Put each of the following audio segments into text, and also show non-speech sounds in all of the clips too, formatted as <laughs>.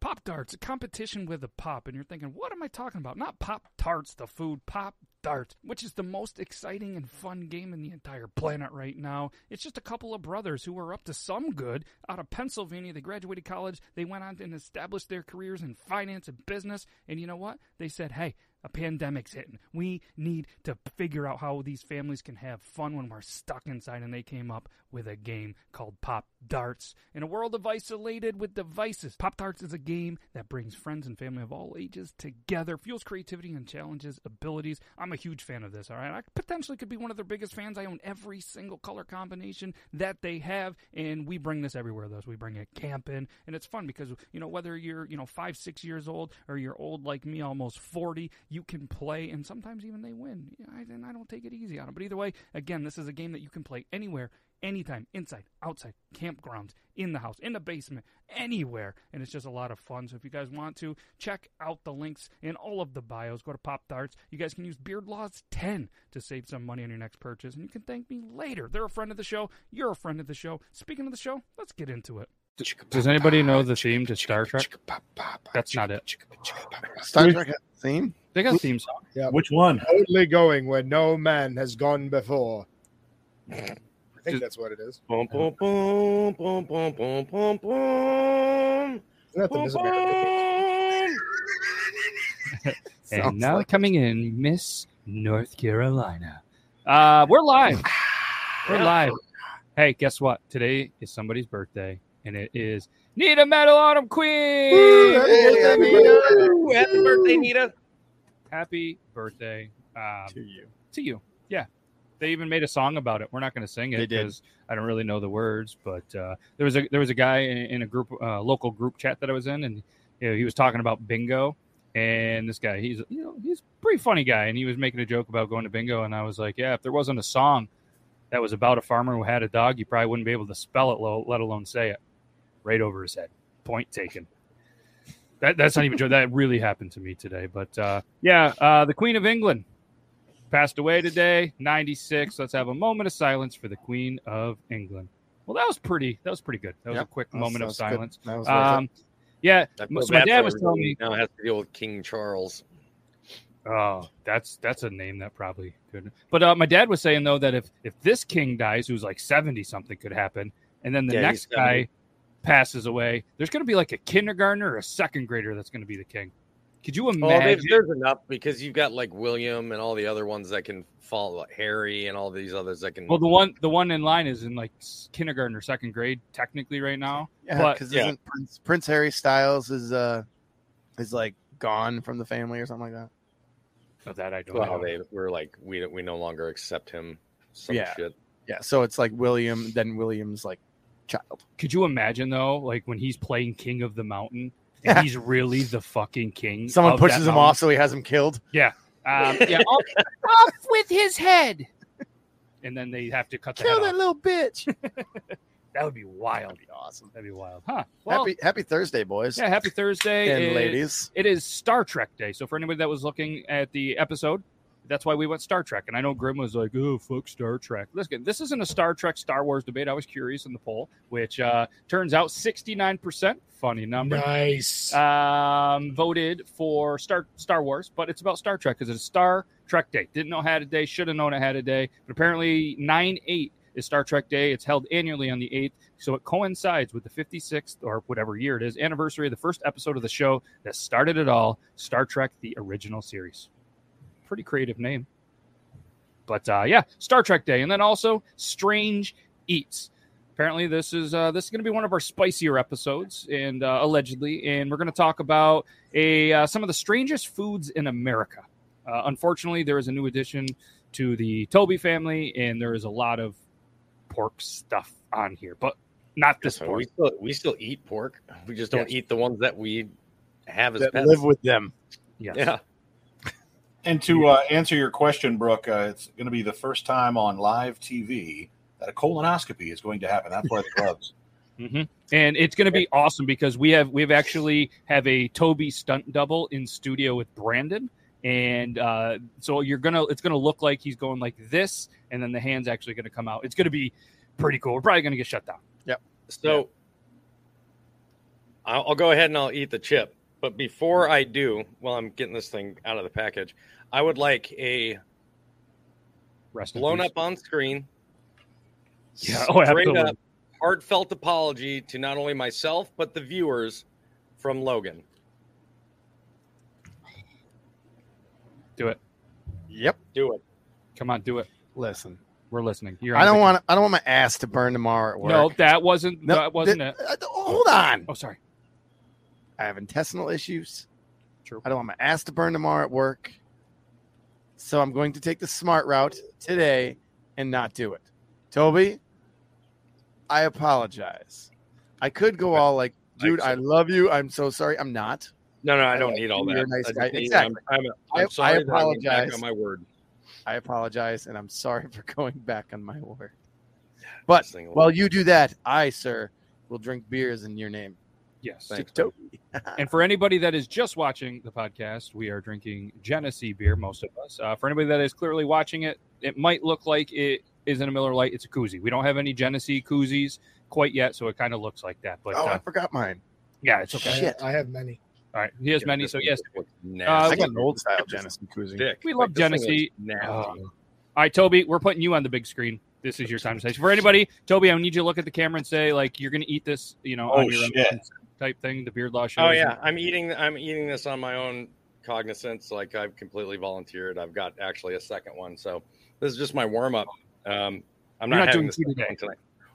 Pop Darts, a competition with a pop, and you're thinking, what am I talking about? Not Pop Tarts, the food, Pop Darts, which is the most exciting and fun game in the entire planet right now. It's just a couple of brothers who were up to some good out of Pennsylvania. They graduated college, they went on and established their careers in finance and business, and you know what? They said, hey, a pandemic's hitting. We need to figure out how these families can have fun when we're stuck inside. And they came up with a game called Pop Darts. In a world of isolated with devices, Pop Darts is a game that brings friends and family of all ages together, fuels creativity, and challenges abilities. I'm a huge fan of this, all right? I potentially could be one of their biggest fans. I own every single color combination that they have. And we bring this everywhere, though. So we bring it camping. And it's fun because, you know, whether you're, you know, five, six years old or you're old like me, almost 40, you can play, and sometimes even they win. You know, I, and I don't take it easy on them. But either way, again, this is a game that you can play anywhere, anytime, inside, outside, campgrounds, in the house, in the basement, anywhere. And it's just a lot of fun. So if you guys want to, check out the links in all of the bios. Go to Pop Darts. You guys can use Beard Laws 10 to save some money on your next purchase. And you can thank me later. They're a friend of the show. You're a friend of the show. Speaking of the show, let's get into it. Does anybody know the theme to Star Trek? That's not it. Star Trek has a theme. They got theme song. Which one? Only going where no man has gone before. I think that's what it is. Boom, boom, boom, boom, boom, boom, boom, boom. Isn't that the Boom, Miss America? boom. And Sounds now like- coming in, Miss North Carolina. Uh, we're live. We're live. Hey, guess what? Today is somebody's birthday, and it is Need a Medal Autumn Queen. Hey, Nita. Ooh, Happy birthday, Nita. Happy birthday um, To you. to you. Yeah. They even made a song about it. We're not going to sing They it did. because I don't really know the words. But uh, there was a there was a guy in, in a group uh, local group chat that I was in, and you know, he was talking about bingo. And this guy, he's you know he's a pretty funny guy, and he was making a joke about going to bingo. And I was like, yeah, if there wasn't a song that was about a farmer who had a dog, you probably wouldn't be able to spell it, lo- let alone say it. Right over his head. Point taken. That, that's not even true. That really happened to me today. But uh, yeah, uh, the Queen of England passed away today, 96. Let's have a moment of silence for the Queen of England. Well, that was pretty. That was pretty good. That was Yep, a quick that moment of sounds good. silence. That was worth it. Um, yeah, I feel m- so my bad dad for was telling me, everybody now has to deal with King Charles. oh, that's that's a name that probably could. But uh, my dad was saying though that if if this king dies, who's like 70 something, could happen, and then the Yeah, next he's guy 70. passes away, there's going to be like a kindergartner or a second grader that's going to be the king. Could you Oh, imagine? there's, there's enough because you've got like William and all the other ones that can fall, like Harry and all these others that can. Well, the one the one in line is in like s- kindergarten or second grade technically right now. Yeah, But- because yeah. isn't Prince, Prince Harry Styles is uh is like gone from the family or something like that? But that I don't well, know. they were like we we no longer accept him. Some Yeah. shit. Yeah, so it's like William, then William's like child. Could you imagine though, like when he's playing King of the Mountain, and he's really the fucking king. Someone of that pushes him mountain? off, so he has him killed. Um, <laughs> yeah, off, off with his head. And then they have to cut the Kill head that off. little bitch. That would be wild. That'd be awesome. That'd be wild. Huh. happy Happy Thursday, boys. Yeah, happy Thursday. And It- ladies. It is Star Trek Day. So for anybody that was looking at the episode, that's why we went Star Trek. And I know Grim was like, oh, fuck Star Trek. Listen, this isn't a Star Trek, Star Wars debate. I was curious in the poll, which uh, turns out 69%, funny number. Nice. Um, voted for Star, Star Wars, but it's about Star Trek because it's Star Trek Day. Didn't know had a day, should have known it had a day. But apparently 9 8 is Star Trek Day. It's held annually on the 8th. So it coincides with the 56th or whatever year it is anniversary of the first episode of the show that started it all Star Trek, the original series. Pretty creative name. But uh, yeah, Star Trek Day. And then also Strange Eats. Apparently, this is uh, this is going to be one of our spicier episodes, and uh, allegedly, and we're going to talk about a uh, some of the strangest foods in America. Uh, unfortunately, there is a new addition to the Toby family, and there is a lot of pork stuff on here, but not this So pork. we still we still eat pork. We just don't Yes. eat the ones that we have as That pets. live with them. Yes. Yeah. And to uh, answer your question, Brooke, uh, it's going to be the first time on live TV that a colonoscopy is going to happen. That's why the gloves. hmm And it's going to be awesome because we have we've actually have a Toby stunt double in studio with Brandon, and uh, so you're gonna it's gonna look like he's going like this, and then the hand's actually gonna come out. It's gonna be pretty cool. We're probably gonna get shut down. Yep. So I'll, I'll go ahead and I'll eat the chip. But before I do, while I'm getting this thing out of the package, I would like a Rest in blown peace. up on screen. Yeah. straight Oh, absolutely. up, <laughs> heartfelt apology to not only myself but the viewers from Logan. Do it. Yep. Do it. Come on, do it. Listen, we're listening. You're I on don't the- want. I don't want my ass to burn tomorrow at work. No, that wasn't No, that wasn't th- it. hold on. Oh, sorry. I have intestinal issues. True. I don't want my ass to burn tomorrow at work. So I'm going to take the smart route today and not do it. Toby, I apologize. I could go all like, dude, I love you. I'm so sorry. I'm not. No, no, I don't need all that. You're a nice I just guy. need- I'm- Exactly. I'm, I- I'm I sorry that I went back apologize. on my word. I apologize and I'm sorry <laughs> for going back on my word. But thing will- while you do that, I, sir, will drink beers in your name. Yes. Thanks, Toby. and for anybody that is just watching the podcast, we are drinking Genesee beer, most of us. Uh, for anybody that is clearly watching it, it might look like it isn't a Miller Lite, it's a koozie. We don't have any Genesee koozies quite yet, so it kind of looks like that. But Oh, I uh, forgot mine. yeah, it's okay. Shit. I have many. All right, he has many. So yes, I we- got an old style Genesee koozie. We love Genesee. Now, all right, Toby, we're putting you on the big screen. This is your time to say. For anybody, Toby, I need you to look at the camera and say, like, you're going to eat this, you know, on Oh, your own shit. type thing, the beard law show. Oh yeah, I'm eating. I'm eating this on my own cognizance. Like I've completely volunteered. I've got actually a second one. So this is just my warm up. Um, I'm You're not, not having doing this two second today.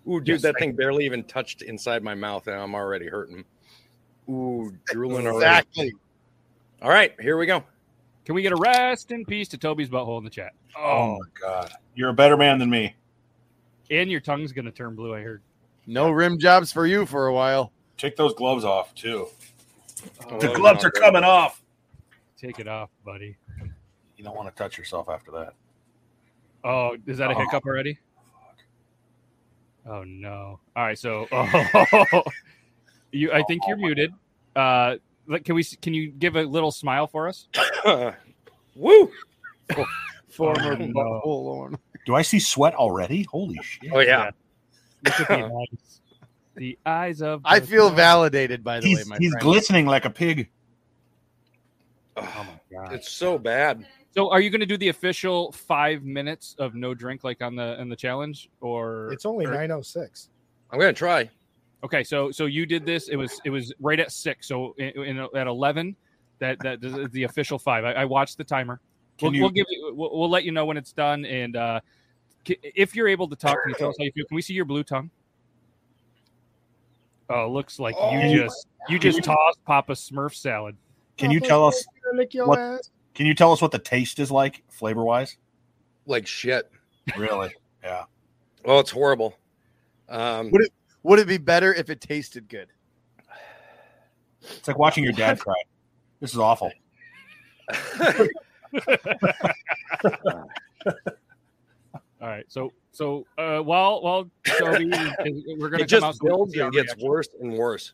one tonight. Ooh, dude, Yes, that I- thing barely even touched inside my mouth, and I'm already hurting. Ooh, drooling already. Exactly. All right, here we go. Can we get a rest in peace to Toby's butthole in the chat? Oh, my God. You're a better man than me. And your tongue's going to turn blue, I heard. No rim jobs for you for a while. Take those gloves off, too. Oh, the gloves no, are they're- coming off. Take it off, buddy. You don't want to touch yourself after that. Oh, is that a Oh. hiccup already? Oh no! All right, so oh, <laughs> you. I think Oh, you're muted. Uh, like, can we? s- Can you give a little smile for us? <laughs> Woo! <laughs> Former Oh, no. butthole owner. Do I see sweat already? Holy shit. Oh yeah. Look <laughs> at the eyes. The eyes of. I the- feel validated by the He's, way, my he's friend. glistening like a pig. Ugh, God. it's so bad. So, are you going to do the official five minutes of no drink, like on the in the challenge, or It's only or- 906. I'm gonna try. Okay, so so you did this. It was it was right at six. So in, in, at eleven, that that is the official five. I, I watched the timer. Can We'll, you- we'll give you. We'll, we'll let you know when it's done. And uh, c- if you're able to talk, can you tell us how you feel? Can we see your blue tongue? Oh, looks like Oh, you just you just tossed Papa Smurf salad. Can you tell us Lick your what- ass. can you tell us what the taste is like flavor wise? Like shit. Really? Yeah. Oh, it's horrible. Um, Would it would it be better if it tasted good? It's like watching your <laughs> dad cry. This is awful. All right. So so uh, while while <laughs> Toby is- we're gonna it just come out builds with our and gets reaction. worse and worse.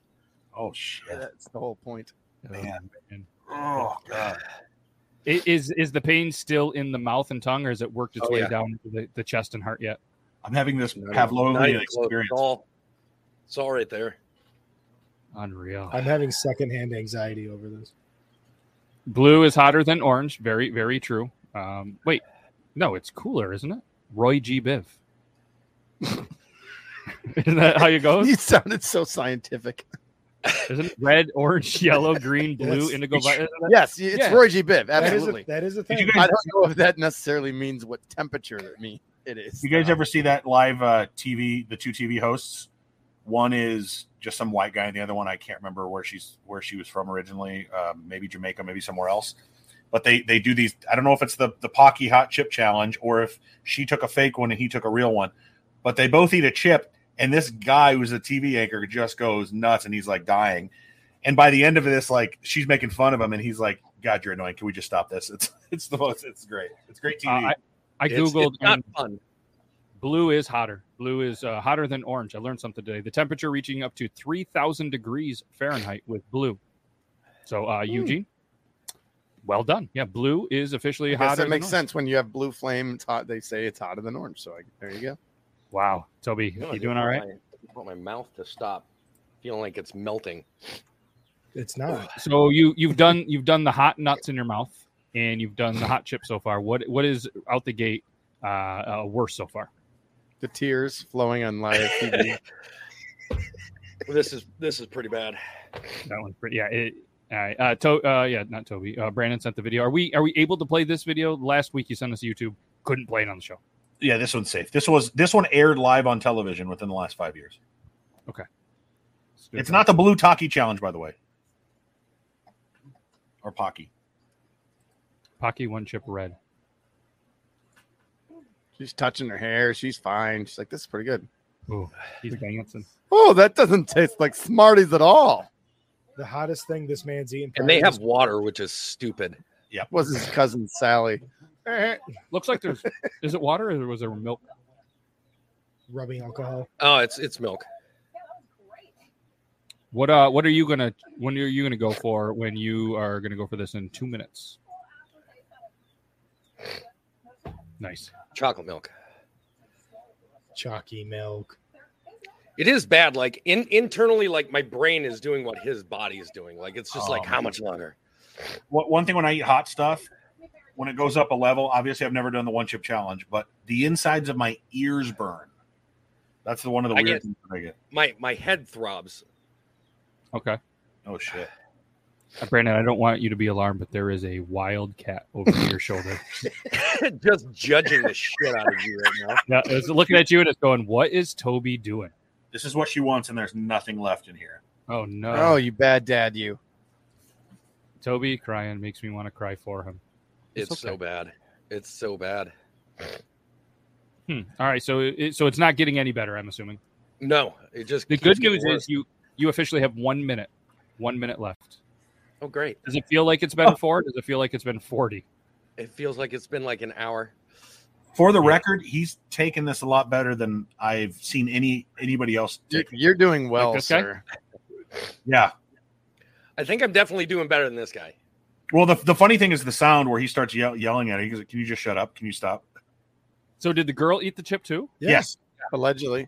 Oh shit! That's the whole point. Man. man. Oh god. I- Is is the pain still in the mouth and tongue, or has it worked its Oh, way yeah. down to the, the chest and heart yet? I'm having this Not even close. It's all, it's all right there. Unreal. I'm having secondhand anxiety over this. Blue is hotter than orange. Very very true. Um, wait, no, it's cooler, isn't it? Roy G. Biv. <laughs> Isn't that how you <laughs> go? You sounded so scientific. Isn't it red, orange, yellow, <laughs> green, blue, indigo? violet? Yes, it's Yeah. Roy G. Biv. That is a- Absolutely. that is a Did you thing. I guys- don't know if that necessarily means what temperature it mean it is. You guys ever see that live uh, TV? The two TV hosts. One is just some white guy, and the other one I can't remember where she's where she was from originally. Um, maybe Jamaica, maybe somewhere else. But they they do these. I don't know if it's the the Pocky Hot Chip Challenge or if she took a fake one and he took a real one. But they both eat a chip, and this guy who's a TV anchor just goes nuts, and he's like dying. And by the end of this, like she's making fun of him, and he's like, "God, you're annoying. Can we just stop this?" <laughs> It's it's the most. It's great. It's great Uh, TV. I, I It's- it's googled. not and Blue is hotter. Blue is uh, hotter than orange. I learned something today. The temperature reaching up to three thousand degrees Fahrenheit with blue. So Hmm. uh, Eugene, well done. Yeah, blue is I officially guess hotter. that makes than orange. sense when you have blue flame. It's hot. They say it's hotter than orange. So I, there you go. Wow, Toby, No, I you just doing all want right? my- I want my mouth to stop feeling like it's melting. It's not. So you you've done you've done the hot nuts in your mouth, and you've done the hot chip so far. What what is out the gate uh, uh, worse so far? The tears flowing on live <laughs> TV. This is this is pretty bad. That one's pretty. Yeah. It, all right. Uh, to, uh, yeah, not Toby. Uh, Brandon sent the video. Are we are we able to play this video? Last week you sent us YouTube. Couldn't play it on the show. yeah, this one's safe. This was this one aired live on television within the last five years. Okay. It's not the blue Taki challenge, by the way. Or Pocky. Pocky one chip red. She's touching her hair. She's fine. She's like, this is pretty good. Ooh, he's dancing. Oh, that doesn't taste like Smarties at all. The hottest thing this man's eating. And they probably have water, which is stupid. Yep. Was his cousin Sally? Looks like there's. <laughs> is it water or was there milk? is rubbing alcohol. Oh, it's it's milk. What uh? What are you gonna? When are you gonna go for? When you are gonna go for this in two minutes? Nice. Chocolate milk. Chalky milk. It is bad. Like in internally, like my brain is doing what his body is doing. Like it's just Oh, like how man. much longer? What one thing when I eat hot stuff, when it goes up a level, obviously I've never done the one chip challenge, but the insides of my ears burn. That's the one of the I weird get- things that I get. My my head throbs. Okay. Oh shit. Uh, Brandon, I don't want you to be alarmed, but there is a wild cat <laughs> over your shoulder. <laughs> just judging the shit out of you right now. Yeah, it's looking at you and it's going, "What is Toby doing?" This is what she wants, and there's nothing left in here. Oh no! <laughs> Oh, you bad dad, you. Toby crying makes me want to cry for him. It's, so bad. It's so bad. Hmm. All right, so it, so it's not getting any better. I'm assuming. No, it just The keeps good getting news worse. is you you officially have one minute, one minute left. Oh great. Does it feel like it's been four? Does it feel like it's been forty? It feels like it's been like an hour. For the record, he's taken this a lot better than I've seen any anybody else You- take. it. You're doing well, this guy? sir. Yeah. I think I'm definitely doing better than this guy. Well, the, the funny thing is the sound where he starts yell, yelling at her. He goes, "Can you just shut up? Can you stop?" So did the girl eat the chip too? Yeah. Yes, Allegedly.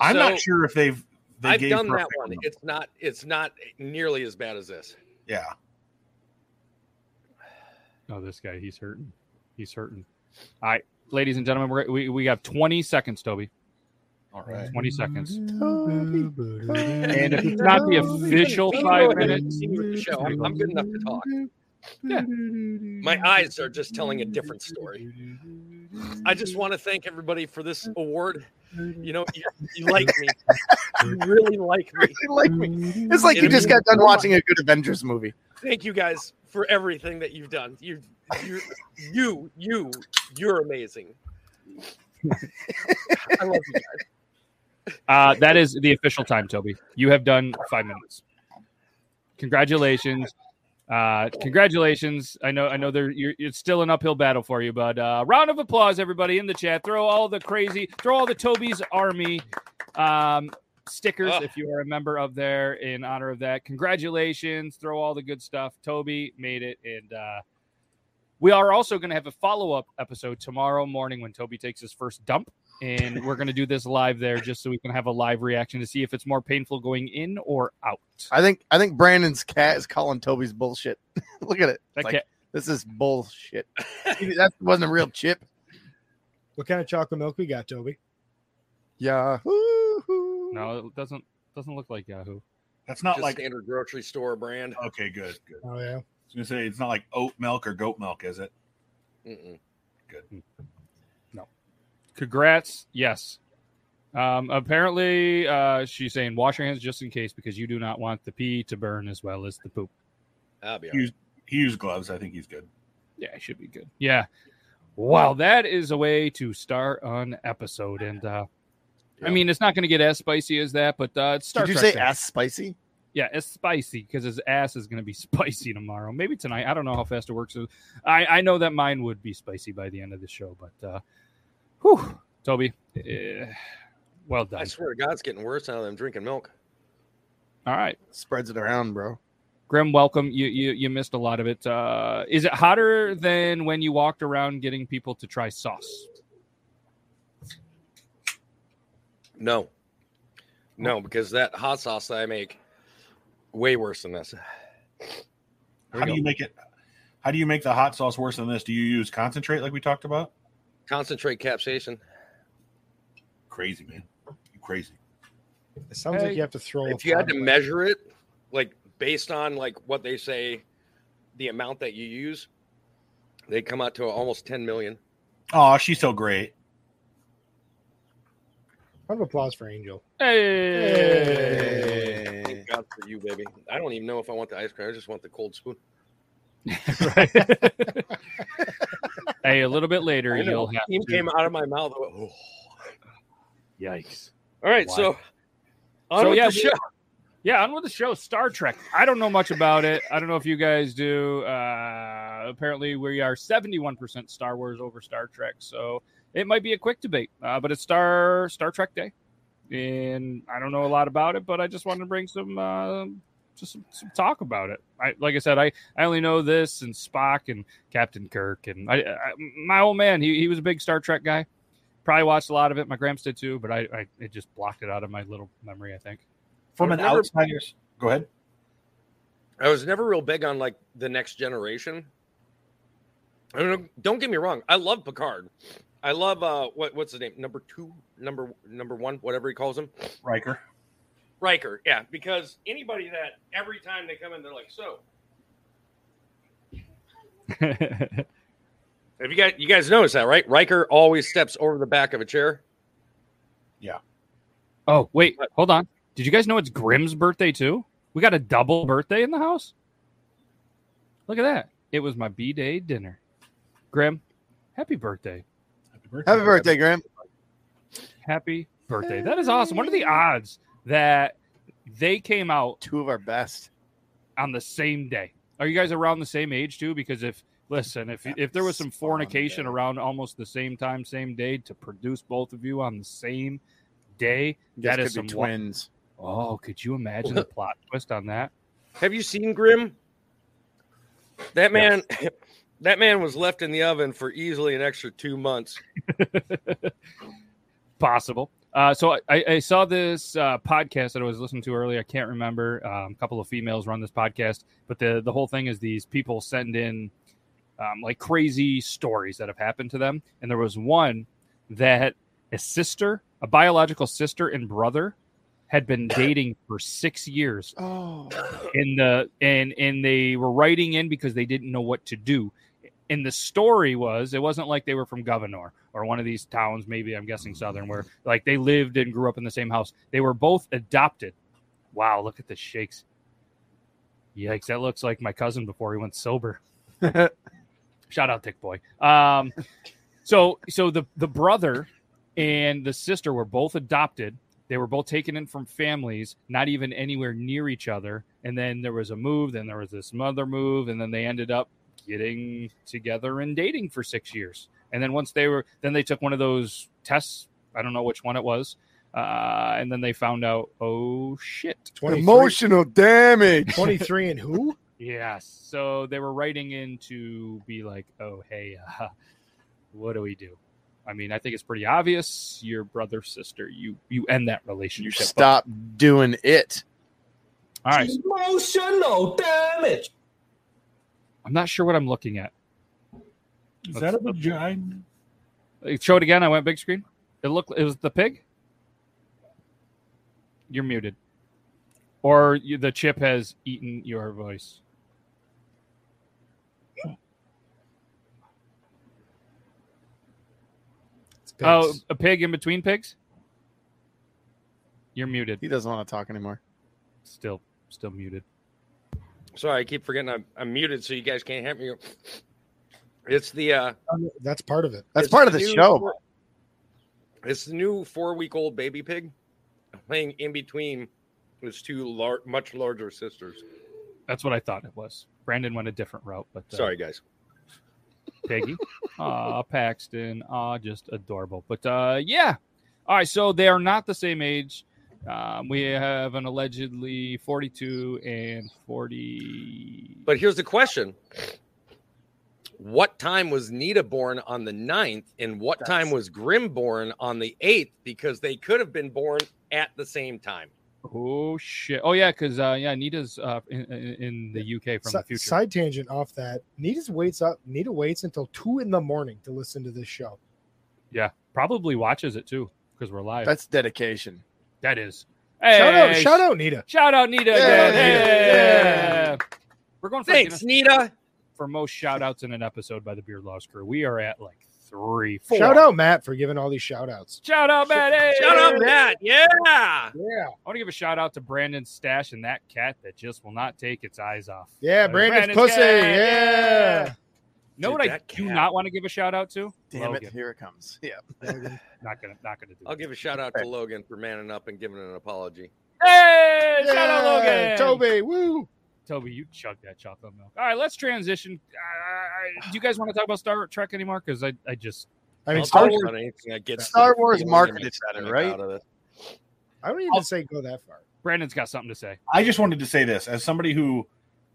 I'm So- not sure if they've they I've gave done her a that fair one. number. It's not it's not nearly as bad as this. yeah, Oh, this guy, he's hurting. He's hurting. All right, ladies and gentlemen, we're, we we have twenty seconds, Toby. all right. <laughs> Twenty seconds. Mm-hmm. And And if it's not the official five minute, the show. I'm, I'm good enough to talk. Yeah. My eyes are just telling a different story. I just want to thank everybody for this award. You know, you, you like me. You really like me. You like me. It's like you just got done watching a good Avengers movie. Mm-hmm. Thank you guys for everything that you've done. You, you, you, you, you're amazing. I love you guys. Uh, that is the official time, Toby. You have done five minutes. Congratulations. Uh, congratulations! I know, I know, there you're, it's still an uphill battle for you, but uh, round of applause, everybody in the chat. Throw all the crazy, throw all the Toby's Army um, stickers if you are a member of there in honor of that. Congratulations! Throw all the good stuff. Toby made it, and uh, we are also going to have a follow up episode tomorrow morning when Toby takes his first dump. And we're going to do this live there just so we can have a live reaction to see if it's more painful going in or out. I think I think Brandon's cat is calling Toby's bullshit. <laughs> Look at it. It's like, cat- this <laughs> is bullshit. that wasn't a real chip. What kind of chocolate milk we got, Toby? Yeah. No, it doesn't doesn't look like Yahoo. That's not Just like standard grocery store brand. Okay, good, good. Oh yeah. I was gonna say it's not like oat milk or goat milk, is it? Mm-mm. Good. Congrats. Yes. Um, apparently, uh, she's saying wash your hands just in case because you do not want the pee to burn as well as the poop. I'll be all right. Hughes, Hughes gloves. I think he's good. Yeah, it should be good. Yeah. Wow, that is a way to start an episode. And uh, I mean, it's not going to get as spicy as that, but uh, it's Star Did you Trek say fans. ass spicy? Yeah, it's spicy because his ass is going to be <laughs> spicy tomorrow. Maybe tonight. I don't know how fast it works. I, I know that mine would be spicy by the end of the show, but uh, whew, Toby, eh, well I done. swear to God, it's getting worse now that I'm drinking milk. All right. Spreads it around, bro. Grim, welcome. You, you you missed a lot of it. Uh, is it hotter than when you walked around getting people to try sauce? No, no, because that hot sauce that I make way worse than this. How do you make it? How do you make the hot sauce worse than this? Do you use concentrate like we talked about? Concentrate capsaicin. Crazy man, you crazy. It sounds like Hey, you have to throw. If you had to measure it, like based on like what they say, the amount that you use, they come out to almost 10 million. Oh, she's so great. Round of applause for Angel. Hey. Thank God for you, baby. I don't even know if I want the ice cream. I just want the cold spoon. <laughs> Hey, a little bit later, I know. you'll have Steam to. came out of my mouth. I went, "Oh." Yikes. All right, Wow. so on So with yeah, the show. we- yeah, on with the show. Star Trek. I don't know much about it. I don't know if you guys do. Uh, apparently, we are seventy-one percent Star Wars over Star Trek, so it might be a quick debate. Uh, but it's Star Star Trek Day, and I don't know a lot about it, but I just wanted to bring some uh, just some, some talk about it. I like I said, I I only know this and Spock and Captain Kirk and I, I my old man. He he was a big Star Trek guy. Probably watched a lot of it. My gramps did too, but I, I it just blocked it out of my little memory. I think. From I've an never- outsider's, go ahead. I was never real big on like the next generation. I mean, don't get me wrong. I love Picard. I love uh what what's his name? Number two, number number one, whatever he calls him. Riker. Riker, yeah, because anybody that every time they come in, they're like, "So, have you guys you guys noticed that, right? Riker always steps over the back of a chair. Oh, wait, hold on. Did you guys know it's Grimm's birthday too? We got a double birthday in the house. Look at that. It was my B Day dinner. Grim, happy birthday. Happy birthday, Graham. Happy birthday. That is awesome. What are the odds that they came out two of our best on the same day? Are you guys around the same age too? Because if listen, if if there was some fornication around almost the same time, same day to produce both of you on the same day, These that could is be some wa- twins. Oh, could you <laughs> imagine the plot twist on that? Have you seen Grimm? That man, <laughs> that man was left in the oven for easily an extra two months. <laughs> possible. Uh, so I, I saw this uh, podcast that I was listening to earlier. I can't remember. Um, a couple of females run this podcast, but the the whole thing is these people send in um, like crazy stories that have happened to them, and there was one that a sister, a biological sister and brother, had been dating for six years Oh, <laughs> in the and and they were writing in because they didn't know what to do and the story was it wasn't like they were from governor or one of these towns maybe i'm guessing southern where like they lived and grew up in the same house they were both adopted wow look at the shakes yikes that looks like my cousin before he went sober shout out dick boy um so so the the brother and the sister were both adopted They were both taken in from families, not even anywhere near each other. And then there was a move, then there was this mother move, and then they ended up getting together and dating for six years. And then once they were, then they took one of those tests. I don't know which one it was. Uh, and then they found out, oh shit, 23. Emotional damage. 23 and who? Yeah. So they were writing in to be like, oh, hey, uh, <laughs> what do we do? I mean, I think it's pretty obvious. Your brother, sister, you you end that relationship. but- Stop doing it. All right. Emotional damage. I'm not sure what I'm looking at. Is that a vagina? Show it again. I went big screen. It looked. It was the pig. You're muted, or you, the chip has eaten your voice. Oh, a pig in between pigs. You're muted. He doesn't want to talk anymore. Still, still muted. Sorry, I keep forgetting I'm, I'm muted, so you guys can't hear me. It's the uh, That's part of it. That's It's part of the new show. four- it's the new four-week-old baby pig laying in between its two lar- much larger sisters. That's what I thought it was. Brandon went a different route, but uh, Sorry, guys. <laughs> Peggy. Ah, Paxton. Ah, just adorable. But uh, yeah. All right. So they are not the same age. Um, we have an allegedly 42 and 40. But here's the question: What time was Nita born on the 9th, and what time was Grim born on the eighth? Because they could have been born at the same time. Oh, shit. Oh, yeah. Because, uh, yeah, Nita's uh, in, in in the UK from Si- the future. Side tangent off that. Nita's waits up. Nita waits until two in the morning to listen to this show. Yeah. Probably watches it too because we're live. That's dedication. That is. Shout out- Hey, shout out Nita. Shout out Nita. Yeah, again. Nita. Yeah. We're going for Thanks, Nita. For most shout outs in an episode by the Beard Laws crew, we are at like three, four. Shout out Matt for giving all these shout outs. Shout out, Matt. Hey. Shout out Matt. Yeah. Yeah. I want to give a shout out to Brandon Stash and that cat that just will not take its eyes off. Yeah, Like, Brandon's pussy, cat, yeah. You know Dude, what I that do cat. not want to give a shout out to? Damn Logan. it. Here it comes. Yeah. Not gonna, not gonna do. I'll give a shout out to Logan for manning up and giving an apology. Hey, Yeah, shout out Logan. Toby, woo. Toby, you chug that chocolate milk. All right, let's transition. Uh, do you guys want to talk about Star Trek anymore? Because I, I just. Oh, I mean, I'll Star talk Wars- about anything that gets Star the Wars feeling marketed and better, stomach right? out of it. I don't even say go that far. Brandon's got something to say. I just wanted to say this as somebody who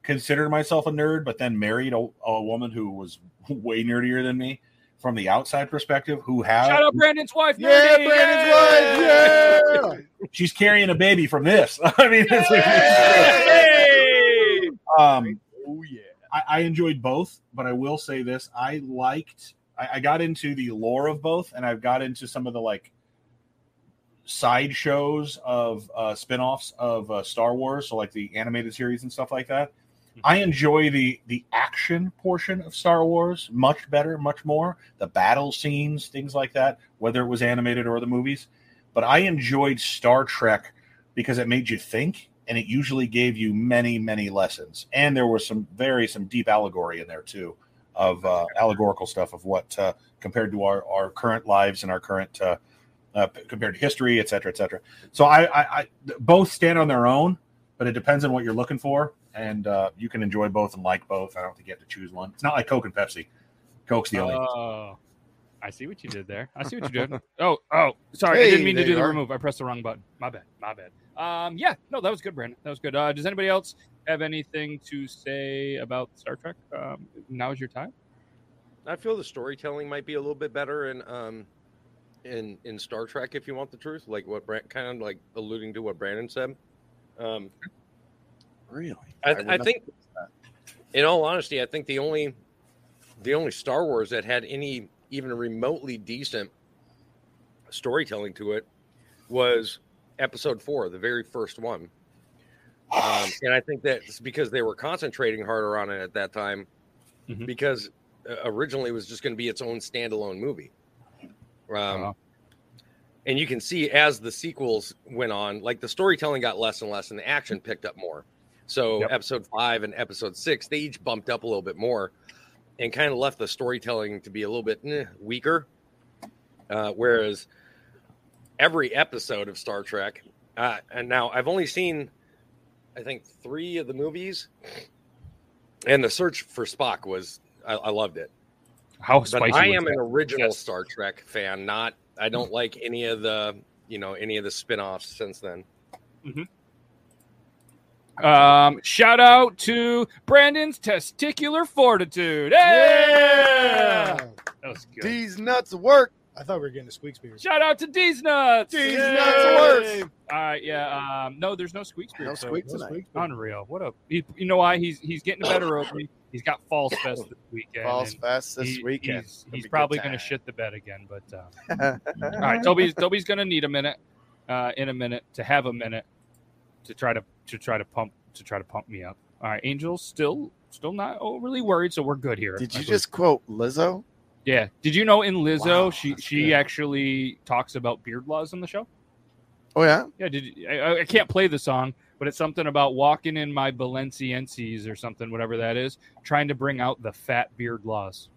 considered myself a nerd, but then married a, a woman who was <laughs> way nerdier than me from the outside perspective, who Uh, has Shout out Brandon's wife. Yeah, nerdy. Brandon's Yeah. wife. she's carrying a baby from this. <laughs> I mean, it's like, <laughs> um, oh yeah, I, I enjoyed both, but I will say this: I liked. I, I got into the lore of both, and I've got into some of the like side shows of uh, spin-offs of uh, Star Wars, so like the animated series and stuff like that. I enjoy the the action portion of Star Wars much better, much more. The battle scenes, things like that, whether it was animated or the movies. But I enjoyed Star Trek because it made you think and it usually gave you many, many lessons. And there was some very some deep allegory in there too of uh, allegorical stuff of what uh, compared to our, our current lives and our current uh, uh, compared to history, et cetera, et cetera. So I, I, I th- both stand on their own, but it depends on what you're looking for, and uh, you can enjoy both and like both. I don't think you have to choose one. It's not like Coke and Pepsi. Coke's the only. Uh, Oh, I see what you did there. I see what you did. Oh, oh, sorry. I didn't Hey, mean to there do you the are. remove. I pressed the wrong button. My bad. My bad. Um, yeah, no, that was good, Brandon. That was good. Uh, does anybody else have anything to say about Star Trek? Um, now is your time. I feel the storytelling might be a little bit better in um in in Star Trek if you want the truth, like what Brand kind of like alluding to what Brandon said. Um really? I, would I not think notice that. in all honesty, I think the only the only Star Wars that had any even remotely decent storytelling to it was episode four, the very first one. Um, and I think that's because they were concentrating harder on it at that time because uh, originally it was just going to be its own standalone movie. Um, Uh-huh. And you can see as the sequels went on, like the storytelling got less and less and the action picked up more. So episode five and episode six, they each bumped up a little bit more and kind of left the storytelling to be a little bit eh, weaker. Uh, whereas every episode of Star Trek. Uh, and now I've only seen, I think, three of the movies. And the search for Spock was, I, I loved it. How but spicy I was am an that? original Star Trek fan. Not, I don't like any of the, you know, any of the spin offs since then. Um, shout out to Brandon's testicular fortitude. Yeah, that was good. These nuts work. I thought we were getting a squeak spear. Shout out to D's nuts. D's Yay! Nuts works. All right, yeah. Um, no, there's no squeak spirit. No so- squeak tonight. Unreal. What a. he- you know why he's he's getting a better opening. He's got Falls Fest this weekend. Falls and Fest this weekend. He's, It'll he's be a good probably time. going to shit the bed again. But <laughs> um, all right, Toby's Toby's going to need a minute, uh, in a minute to have a minute to try to to try to pump to try to pump me up. All right, Angel's still still not overly worried, so we're good here. Did I you believe. just quote Lizzo? Yeah. Did you know in Lizzo she she actually talks about beard laws on the show? Oh yeah. Yeah. Did you- I, I can't play the song, but it's something about walking in my Balenciennes or something, whatever that is, trying to bring out the fat beard laws.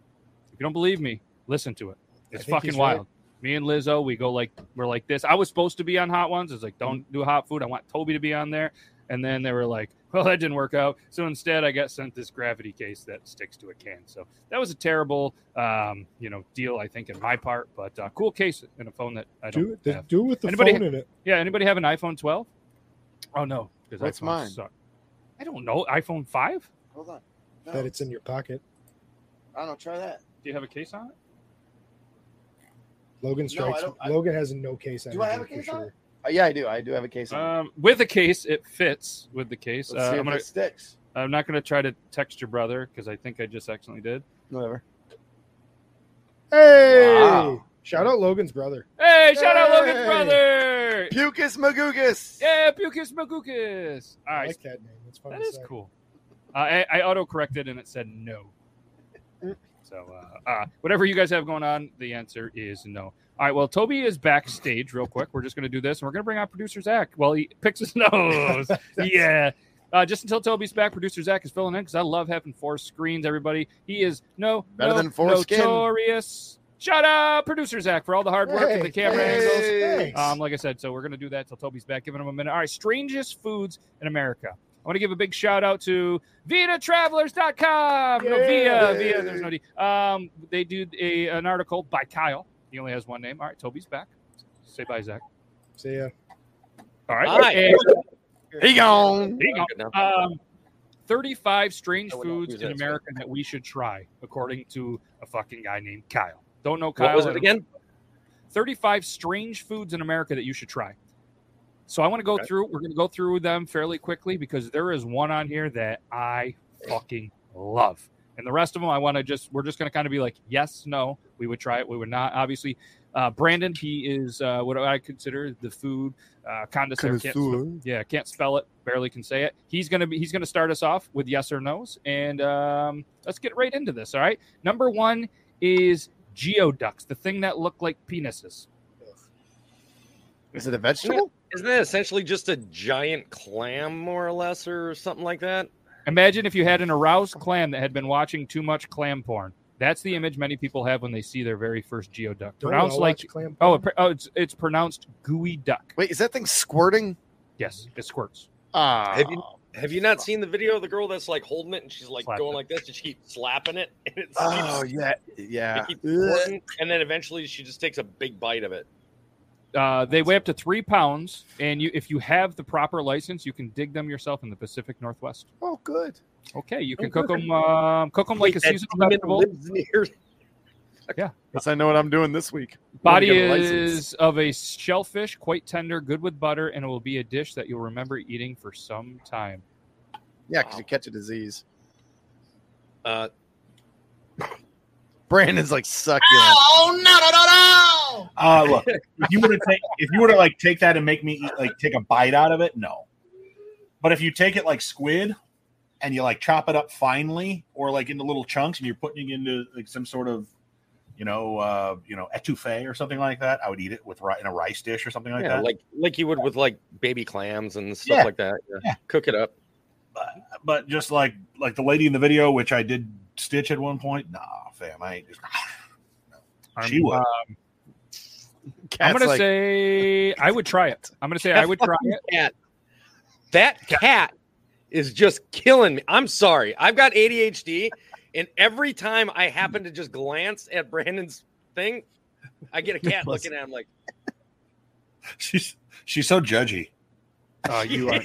If you don't believe me, listen to it. It's think fucking he's right. wild. Me and Lizzo, we go like we're like this. I was supposed to be on Hot Ones. It's like don't do hot food. I want Toby to be on there, and then they were like, <laughs> well, that didn't work out. So instead, I got sent this gravity case that sticks to a can. So that was a terrible, um, you know, deal. I think in my part, but uh, cool case and a phone that I don't Do it- have. do it with the Anybody- phone in it. Yeah. Anybody have an iPhone 12? Oh no, because What's iPhones mine? suck. I don't know. iPhone 5. Hold on. That it's in your pocket. I don't know. Try that. Do you have a case on it? Logan No, strikes. I don't- I- Logan has no case. Do I energy have a for case sure. on? it? Uh, yeah, I do. I do have a case on. it. Um, with a case, it fits with the case. Uh, Let's see if it sticks. I'm not gonna try to text your brother because I think I just accidentally did. Whatever. Hey! Shout out Logan's brother. Hey, shout out Hey! Logan's brother. Pucus Magoogus. Yeah, Pucus Magookus. All right. like that name. That's fun That to is say. cool. Uh, I, I auto corrected and it said no. So, uh, uh, whatever you guys have going on, the answer is no. All right. Well, Toby is backstage real quick. We're just going to do this and we're going to bring out producer Zach. Well, he picks his <laughs> nose. yeah. Uh, just until Toby's back, producer Zach is filling in because I love having four screens, everybody. He is no, Better no, than foreskin. notorious. Shut up, producer Zach, for all the hard work Hey, and the camera hey, angles. thanks. Um, like I said, so we're going to do that till Toby's back, giving him a minute. All right, strangest foods in America. I want to give a big shout out to VitaTravelers.com. No, Yeah. via, via, uh, there's no D. Um, they did a, an article by Kyle. He only has one name. All right, Toby's back. Say bye, Zach. See ya. All right. Bye. And- He gone. He Good gone. enough. Um, 35 strange No, we don't foods use in that. America that we should try, according to a fucking guy named Kyle. Don't know What Kyle. was I it don't- again? 35 strange foods in America that you should try. So I want to go through. We're going to go through them fairly quickly because there is one on here that I fucking love, and the rest of them I want to just. We're just going to kind of be like, yes, no, we would try it, we would not. Obviously, uh, Brandon, he is uh, what I consider the food uh, connoisseur. Can't sp- Connoisseur. yeah, can't spell it, barely can say it. He's gonna be. He's gonna start us off with yes or nos, and um, let's get right into this. All right, number one is geoducks, the thing that look like penises. Is it a vegetable? Isn't that essentially just a giant clam, more or less, or something like that? Imagine if you had an aroused clam that had been watching too much clam porn. That's the image many people have when they see their very first geoduck. Don't we Pronounced all like watch clam oh, it, oh, it's it's pronounced gooey duck. Wait, is that thing squirting? Yes, it squirts. Ah. Have you have you not seen the video of the girl that's like holding it and she's like Slap going it. like this and she keeps slapping it and it's Oh yeah, yeah. it keeps squirting, and then eventually she just takes a big bite of it. Uh, they weigh up to three pounds, and you, if you have the proper license, you can dig them yourself in the Pacific Northwest. Oh, good. Okay, you Oh, can cook them, um, cook them like a Wait, that seasonal demon vegetable. lives Yeah. Yes, I know what I'm doing this week. Body I'm gonna get a license. is of a shellfish, quite tender, good with butter, and it will be a dish that you'll remember eating for some time. Yeah, because you catch a disease. Uh, Brandon's like sucking. Ah! Oh no no no no! Uh, look, if you were to take, if you were to like take that and make me eat, like take a bite out of it, no. But if you take it like squid, and you like chop it up finely, or like into little chunks, and you're putting it into like some sort of, you know, uh, you know, etouffee or something like that, I would eat it with ri- in a rice dish or something like yeah, that. like like you would with like baby clams and stuff Yeah. like that. Yeah. Cook it up. but just like like the lady in the video, which I did stitch at one point. Nah, fam, I ain't just. Um, she would. um, I'm Cat's gonna like- say I would try it. I'm gonna say I That would try fucking it. Cat. That cat is just killing me. I'm sorry. I've got ADHD, and every time I happen to just glance at Brandon's thing, I <laughs> get a cat looking at him like, She's she's so judgy. Oh, <laughs> you are-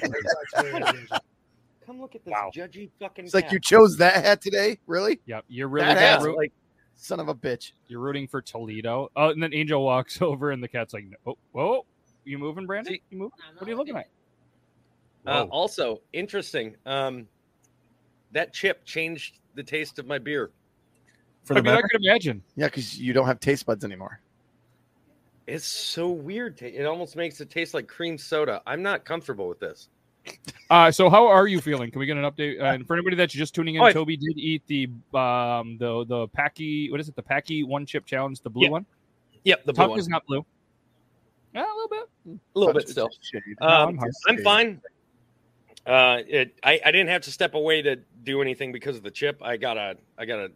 Come look at this wow. judgy fucking. It's like you chose that hat today, really? Yep, you're really That bad. hat, Ru- like son of a bitch. You're rooting for Toledo. Oh, and then Angel walks <laughs> over, and the cat's like, "Oh, whoa, you moving, Brandon? you moving? What are you looking at?" uh, Whoa. also interesting. Um, that chip changed the taste of my beer. For the I mean, I better? could imagine. Yeah, because you don't have taste buds anymore. It's so weird. ta- It almost makes it taste like cream soda. I'm not comfortable with this. Uh, so how are you feeling? Can we get an update? Uh, and for anybody that's just tuning in, Oh, I- Toby did eat the um the the Packy. What is it? The Packy one chip challenge, the blue Yeah. one. Yep, the blue Tongue one. is not blue. Yeah, a little bit. A little Such bit a still. shade. No, Um, I'm hard. I'm fine. Uh, it, I, I didn't have to step away to do anything because of the chip. I got a I got a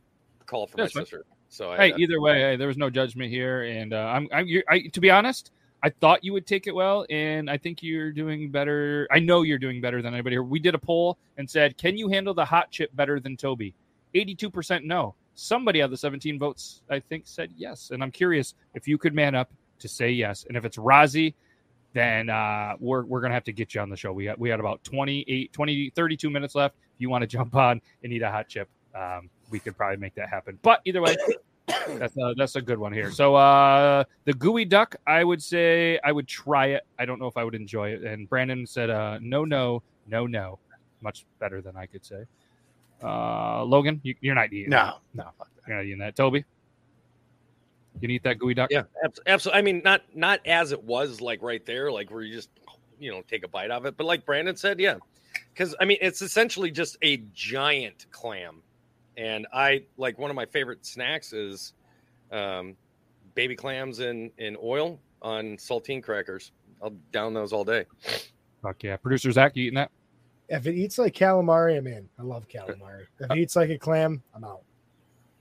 call from That's my fine. sister. So I, hey, either way, hey, there was no judgment here, and uh, I'm, I'm you I, to be honest, I thought you would take it well, and I think you're doing better. I know you're doing better than anybody here. We did a poll and said, can you handle the hot chip better than Toby? Eighty-two percent no. Somebody out of the seventeen votes, I think, said yes, and I'm curious if you could man up to say yes, and if it's Razi. Then uh, we're, we're gonna have to get you on the show. We got we had about 28, 20, 32 minutes left. If you want to jump on and eat a hot chip, um, we could probably make that happen. But either way, <coughs> that's a, that's a good one here. So uh, the gooey duck, I would say I would try it. I don't know if I would enjoy it. And Brandon said, uh, no, no, no, no, much better than I could say. Uh, Logan, you, you're not eating. No, that. no, you're not eating that. Toby, you can eat that gooey duck. yeah, absolutely. I mean, not not as it was like right there, like where you just you know take a bite of it, but like Brandon said, yeah, because I mean it's essentially just a giant clam, and I like one of my favorite snacks is um, baby clams in in oil on saltine crackers. I'll down those all day. Fuck yeah, producer Zach, you eating that? If it eats like calamari, I'm in. I love <laughs> calamari. If it eats like a clam, I'm out.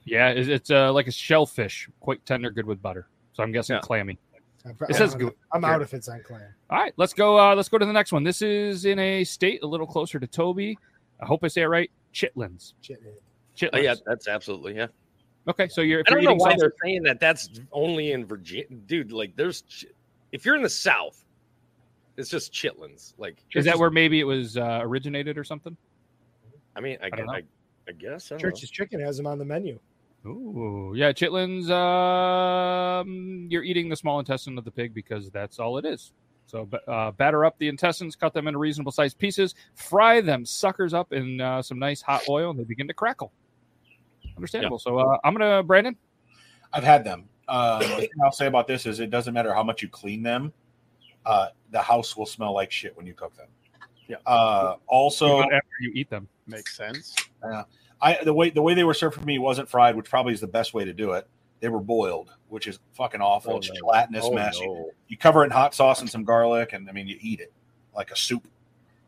Yeah, it's, it's uh, like a shellfish, quite tender, good with butter. So I'm guessing clammy. I'm, It says out, goo- if- I'm out here. if it's on clam. All right, let's go. Uh, let's go to the next one. This is in a state a little closer to Toby. I hope I say it right. Chitlins. Chitlins. Chitlins. Oh, yeah, that's absolutely yeah. Okay, so you're. If I don't you're know eating why sausage- they're saying that. That's only in Virginia, dude. Like, there's ch- if you're in the South, it's just chitlins. Like, Is that where maybe it was uh, originated or something? I mean, I, don't gu- know. I, I guess. I don't Church's Chicken has them on the menu. Ooh, yeah, chitlins. Um, you're eating the small intestine of the pig because that's all it is. So, ba- uh, batter up the intestines, cut them into reasonable sized pieces, fry them suckers up in uh, some nice hot oil, and they begin to crackle. Understandable. So, uh, I'm gonna Brandon. I've had them. Uh, the thing I'll say about this is it doesn't matter how much you clean them, uh, the house will smell like shit when you cook them. Yeah. Uh, also, Not after you eat them, makes sense. Yeah. I the way the way they were served for me wasn't fried, which probably is the best way to do it. They were boiled, which is fucking awful. Oh, it's no. gelatinous Oh, mess. You- no. You, cover it in hot sauce and some garlic, and I mean you eat it like a soup.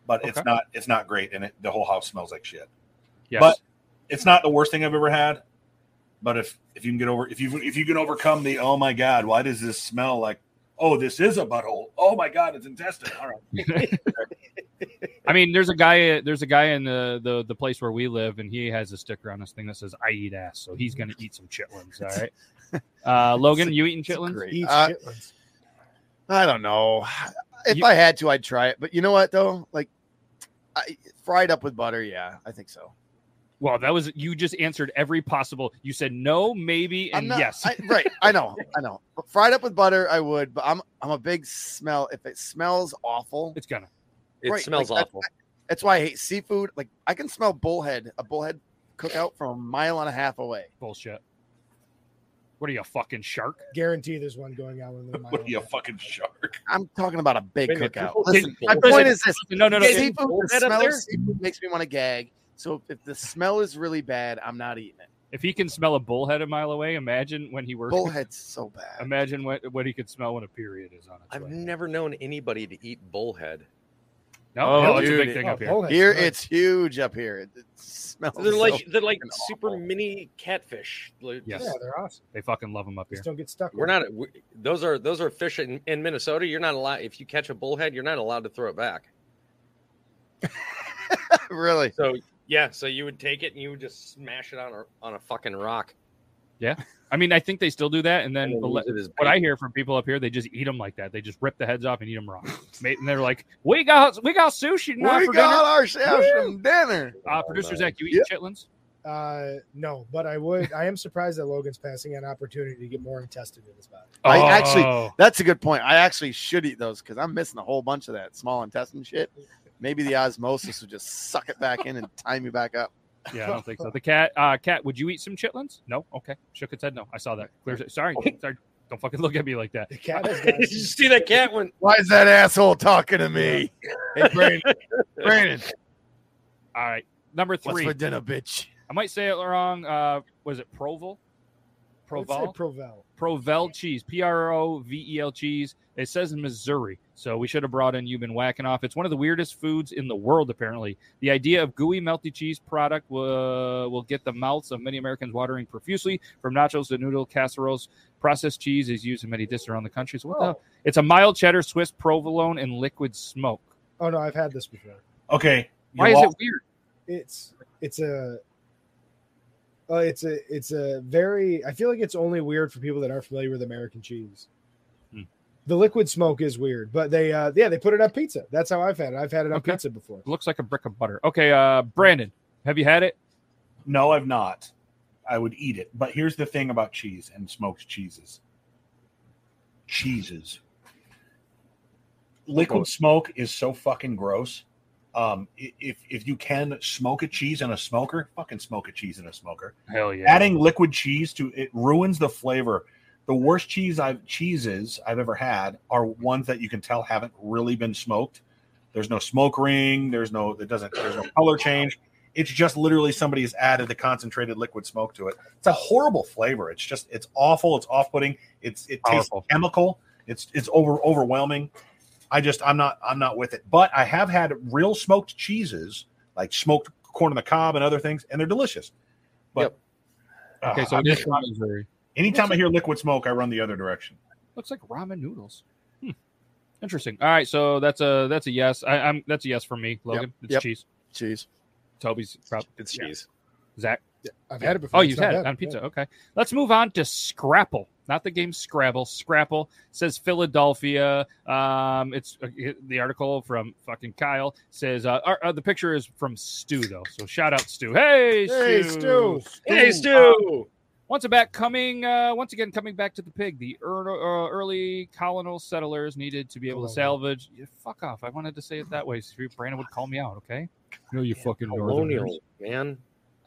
But it's Okay. not it's not great, and it, the whole house smells like shit. Yes. But it's not the worst thing I've ever had. But if if you can get over if you if you can overcome the oh my god, why does this smell like oh this is a butthole? Oh my god, it's intestine. All right. I mean, there's a guy. There's a guy in the, the the place where we live, and he has a sticker on his thing that says "I eat ass," so he's gonna eat some chitlins. All right, uh, Logan, you eating chitlins? great- Uh, chitlins. I don't know. If I had to, I'd try it. But you know what though? Like I, fried up with butter, yeah, I think so. Well, that was you just answered every possible. You said no, maybe, I'm and not- yes. I- right. I know. I know. But fried up with butter, I would, but I'm I'm a big smell. If it smells awful, <laughs> it's gonna. It smells awful. that's why I hate seafood. Like I can smell bullhead, a bullhead cookout from a mile and a half away. Bullshit. What are you, a fucking shark? Guarantee there's one going on in the mile. what are you a fucking shark? I'm talking about a big Wait a minute, cookout. people Listen, did my bullhead- point is this: No, no, no. Seafood, the Bullhead up smell there? of seafood makes me want to gag. So if the smell is really bad, I'm not eating it. If he can smell a bullhead a mile away, imagine when he works. Bullhead's so bad. Imagine what what he could smell when a period is on it. I've never known anybody to eat bullhead. No, Oh, no, it's Oh, a big Oh, thing up here. Here it's huge up here. It, it smells. They're like so- they're like super mini catfish. Like, Yes. just- they're awesome. They fucking love them up here. Just don't get stuck. We're not. We, those are those are fish in, in Minnesota. You're not allowed. If you catch a bullhead, you're not allowed to throw it back. <laughs> really? So yeah. So you would take it and you would just smash it on a on a fucking rock. Yeah. I mean, I think they still do that. And then And then what use it as what I bait. hear from people up here, they just eat them like that. They just rip the heads off and eat them raw. Mate, and they're like, we got we got sushi. tonight we for got dinner." ourselves Woo! some dinner. Uh, producer Zach, you eat chitlins? Uh, no, but I would. I am surprised that Logan's passing an opportunity to get more intestine in his body. I actually, Oh. that's a good point. I actually should eat those because I'm missing a whole bunch of that small intestine shit. Maybe the osmosis would just suck it back in and time you back up. Yeah, I don't think so. The cat, uh, cat, would you eat some chitlins? No. Okay, shook its head. No, I saw that. Clears it. <laughs> Sorry, sorry. Don't fucking look at me like that. The cat <laughs> has Did you see that cat one? Why is that asshole talking to me? Hey, <laughs> Brandon. Brandon. All right, number three. What's for dinner, bitch? I might say it wrong. Uh, was it Provel? Provel. Provel. Provel cheese. P R O V E L cheese. It says in Missouri, so we should have brought in. You've been whacking off. It's one of the weirdest foods in the world. Apparently, the idea of gooey, melty cheese product will, will get the mouths of many Americans watering profusely. From nachos to noodle casseroles, processed cheese is used in many dishes around the country. So what the? hell? It's a mild cheddar, Swiss provolone, and liquid smoke. Oh no, I've had this before. Okay. Why is it weird? It's it's a. Uh, it's a it's a very. I feel like it's only weird for people that aren't familiar with American cheese. Hmm. The liquid smoke is weird, but they uh yeah they put it on pizza. That's how I've had it. I've had it on Okay. pizza before. It looks like a brick of butter. Okay, uh, Brandon, have you had it? No, I've not. I would eat it. But here's the thing about cheese and smoked cheeses. Cheeses. Liquid smoke is so fucking gross. Um, i- if if you can smoke a cheese in a smoker, fucking smoke a cheese in a smoker. Hell yeah. Adding liquid cheese to it ruins the flavor. The worst cheese I've cheeses I've ever had are ones that you can tell haven't really been smoked. There's no smoke ring. There's no. It doesn't. There's no color change. It's just literally somebody has added the concentrated liquid smoke to it. It's a horrible flavor. It's just. It's awful. It's off-putting. It's. It Powerful. tastes chemical. It's. It's over overwhelming. I just. I'm not. I'm not with it. But I have had real smoked cheeses, like smoked corn on the cob and other things, and they're delicious. But Okay, so uh, it is from Missouri. anytime I hear liquid smoke, I run the other direction. Looks like ramen noodles. Hmm. Interesting. All right, so that's a that's a yes. I, I'm that's a yes for me, Logan. It's Yep. cheese. Cheese. Toby's prob- It's yeah. cheese. Zach. I've had it before. Oh, It's you've not had it bad. on pizza. Yeah. Okay. Let's move on to Scrapple. Not the game Scrabble. Scrapple says Philadelphia. Um, it's uh, the article from fucking Kyle says uh, our- uh, the picture is from Stu though. So shout out Stu. Hey, Hey, Stu. Stu. Hey, Stu. uh, Once back coming, uh, once again coming back to the pig. The ear- uh, early colonial settlers needed to be able to salvage. Yeah, fuck off! I wanted to say it that way. So Brandon would call me out. Okay. No, you fucking Colonial man.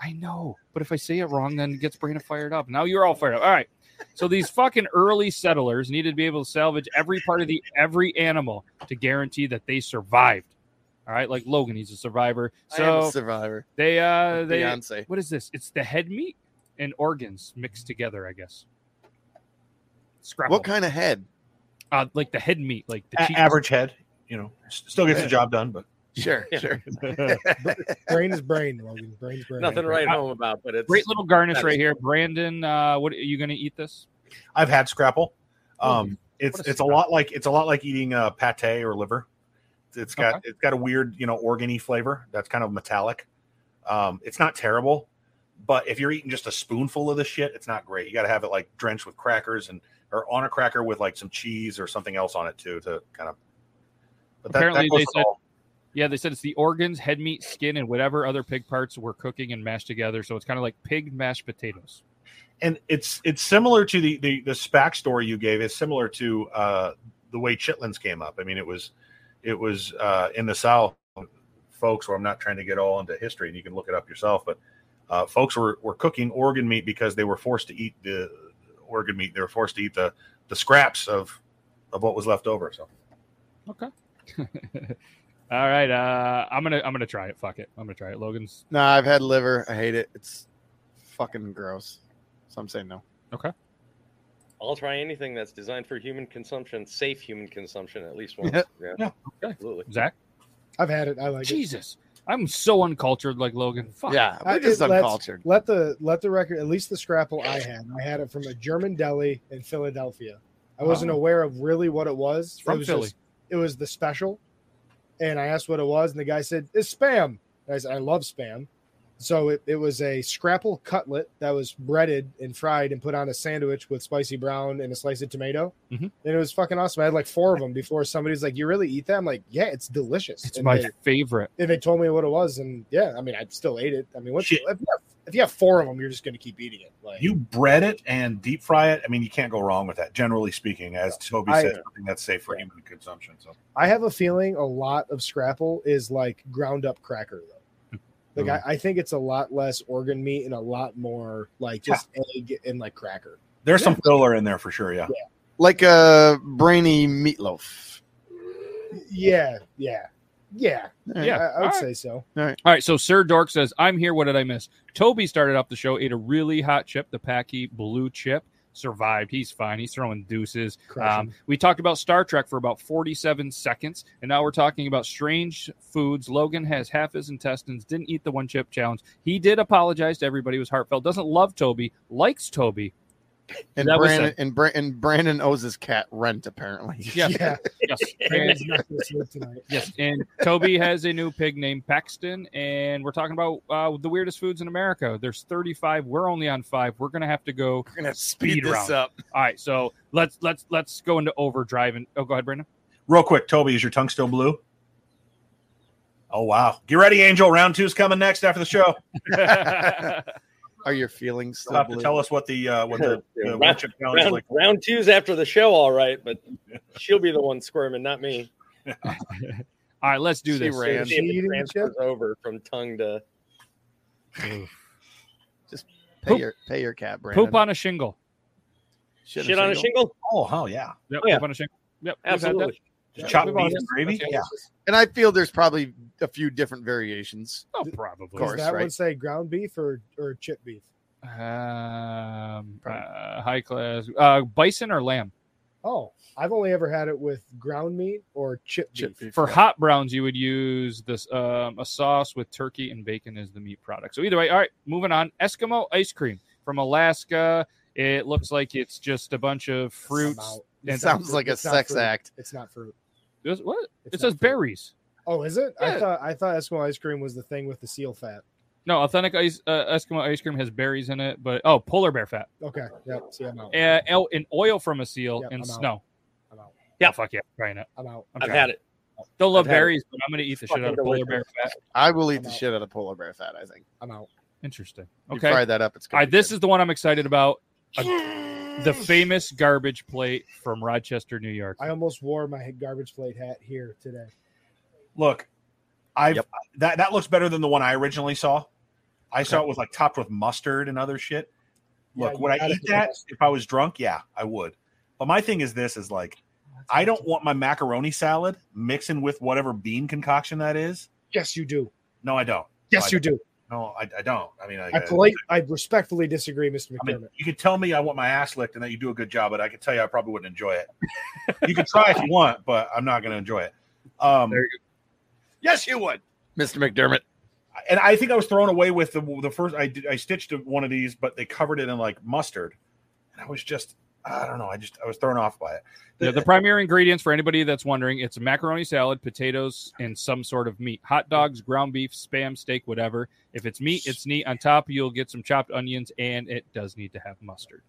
I know, but if I say it wrong, then it gets Brandon fired up. Now you're all fired up. All right. So these fucking early settlers needed to be able to salvage every part of the every animal to guarantee that they survived. All right, like Logan, he's a survivor. So I am a survivor. they uh they Beyonce. what is this? It's the head meat and organs mixed together, I guess. Scrapple. What kind of head? Uh, like the head meat, like the A- cheek. average head, you know, s- still gets the job done, but Sure, <laughs> sure. brain is brain, Logan. Brain's brain. Nothing right home about, but it's Great little garnish right here, Brandon. Uh, what are you gonna eat this? I've had scrapple. Um, it's Oh, What a it's a lot like it's a lot like eating uh, pate or liver. It's got it's got a weird you know organy flavor that's kind of metallic. Um, it's not terrible, but if you're eating just a spoonful of this shit, it's not great. You got to have it like drenched with crackers and or on a cracker with like some cheese or something else on it too to kind of. But that, Apparently that goes they for said, all. yeah, they said it's the organs, head meat, skin, and whatever other pig parts were cooking and mashed together. So it's kind of like pig mashed potatoes. <laughs> and it's it's similar to the the this backstory you gave is similar to uh, the way chitlins came up. I mean, it was it was uh, in the South, folks. Where I'm not trying to get all into history, and you can look it up yourself. But uh, folks were were cooking organ meat because they were forced to eat the organ meat. They were forced to eat the the scraps of of what was left over. So Okay. All right, uh, I'm gonna I'm gonna try it. Fuck it, I'm gonna try it. Logan's No, I've had liver. I hate it. It's fucking gross. So I'm saying no. okay. I'll try anything that's designed for human consumption, safe human consumption at least once. Yeah. Yeah. Yeah, okay. Absolutely. Zach, I've had it. I like Jesus. I'm so uncultured, like Logan. Fuck. Yeah, it. I- we're just it- let's- uncultured. Let the let the record. At least the scrapple I had. I had it from a German deli in Philadelphia. I wasn't Oh. aware of really what it was. from it was Philly. just- it was the special, and I asked what it was, and the guy said it's spam. And I said I love spam. So it, it was a scrapple cutlet that was breaded and fried and put on a sandwich with spicy brown and a slice of tomato. Mhm. And it was fucking awesome. I had like four of them before somebody's like, You really eat that? I'm like, Yeah, it's delicious. It's And my they- favorite. and they told me what it was, and yeah, I mean, I still ate it. I mean, what if, you have, if you have four of them, you're just going to keep eating it. Like, You bread it and deep fry it. I mean, you can't go wrong with that. Generally speaking, as Toby I- said, something that's safe for human consumption. So I have a feeling a lot of scrapple is like ground up cracker though. Like Hmm. I, I think it's a lot less organ meat and a lot more like just egg and like cracker. there's some filler in there for sure. Yeah. Like a brainy meatloaf. Yeah, yeah, yeah, Yeah. I, I would Alright. say so. All right. All right. So Sir Dork says, I'm here. What did I miss? Toby started off the show, ate a really hot chip, the Packy Blue Chip. Survived. He's fine. He's throwing deuces. Crushing. Um, we talked about Star Trek for about 47 seconds, and now we're talking about strange foods. Logan has half his intestines, didn't eat the one chip challenge. He did apologize to everybody, was heartfelt, doesn't love Toby, likes Toby. And That was Brandon a- and, Bra- and Brandon owes hhis cat rent apparently. <laughs> Yes. Yeah. Yes. Brandon's not gonna sleep tonight. Yes, and Toby has a new pig named Paxton, and we're talking about uh, the weirdest foods in America. There's 35. We're only on five. We're gonna have to go. We're gonna speed, speed this round. up. All right, so let's let's let's go into overdrive. And oh, go ahead, Brandon. Real quick, Toby, is your tongue still blue? Oh wow! Get ready, Angel. Round two's coming next after the show. Are your feelings still You'll have to blue? tell us what the uh, what the, the one round, chip challenge is round, like. round two's after the show, all right, but she'll be the one squirming, not me. All right, let's do this. See if it transfers over from tongue to just pay Poop. your pay your cat, Brandon. Poop on a shingle. shit, on a shingle. Oh hell yeah! Yep, Oh, yeah. poop on a shingle. Yep, we've had that. Absolutely. Just Yeah. chopped We've all beef had and that. gravy. Okay. Yeah, And I feel there's probably a few different variations. Oh, probably. Of course, Does that right? one say ground beef or or chip beef? Um, uh, high class. Uh, bison or lamb? Oh, I've only ever had it with ground meat or chip, beef. For hot browns, you would use this um, a sauce with turkey and bacon as the meat product. So either way, all right, moving on. Eskimo ice cream from Alaska. It looks like it's just a bunch of fruits. out. It sounds like a It's not sex fruit. act. It's not fruit. It's- what? It's it says not fruit. berries. Oh, is it? Yeah. I thought I thought Eskimo ice cream was the thing with the seal fat. No, authentic ice, uh, Eskimo ice cream has berries in it, but oh, polar bear fat, Okay, yeah. See, I'm out. uh, el- and oil from a seal, Yep, and I'm out. snow. I'm out. Yeah, fuck yeah, trying it. I'm out. I'm I've trying had it. Don't love I've had it. berries, but I'm gonna eat the shit Fucking out of polar bear delicious. fat. I will eat the out. shit out of polar bear fat. I think. I'm out. Interesting. You Okay, fry that up. It's good. All right, this is the one I'm <laughs> excited about. A- the famous garbage plate from Rochester, New York. Mm. I almost wore my garbage plate hat here today. Look, I've that that looks better than the one I originally saw. I saw it was like topped with mustard and other shit. Yeah, Look, you would I gotta eat do that this. if I was drunk? Yeah, I would. But my thing is this: is like, I don't want my macaroni salad mixing with whatever bean concoction that is. Yes, you do. No, I don't. No, I Yes, you don't. do. No, I, I don't. I mean, I, uh, I polite. I respectfully disagree, Mr. I mean, McDermott. you could tell me I want my ass licked and that you do a good job, but I could tell you I probably wouldn't enjoy it. you could try if you want, but I'm not going to enjoy it. Um, There you yes, you would. Mr. McDermott. And I think I was thrown away with the the first. I did, I stitched one of these, but they covered it in like mustard, and I was just I don't know. I just I was thrown off by it. Yeah, the primary ingredients for anybody that's wondering, it's macaroni salad, potatoes, and some sort of meat. Hot dogs, ground beef, spam, steak, whatever. If it's meat, it's neat. On top, you'll get some chopped onions, and it does need to have mustard.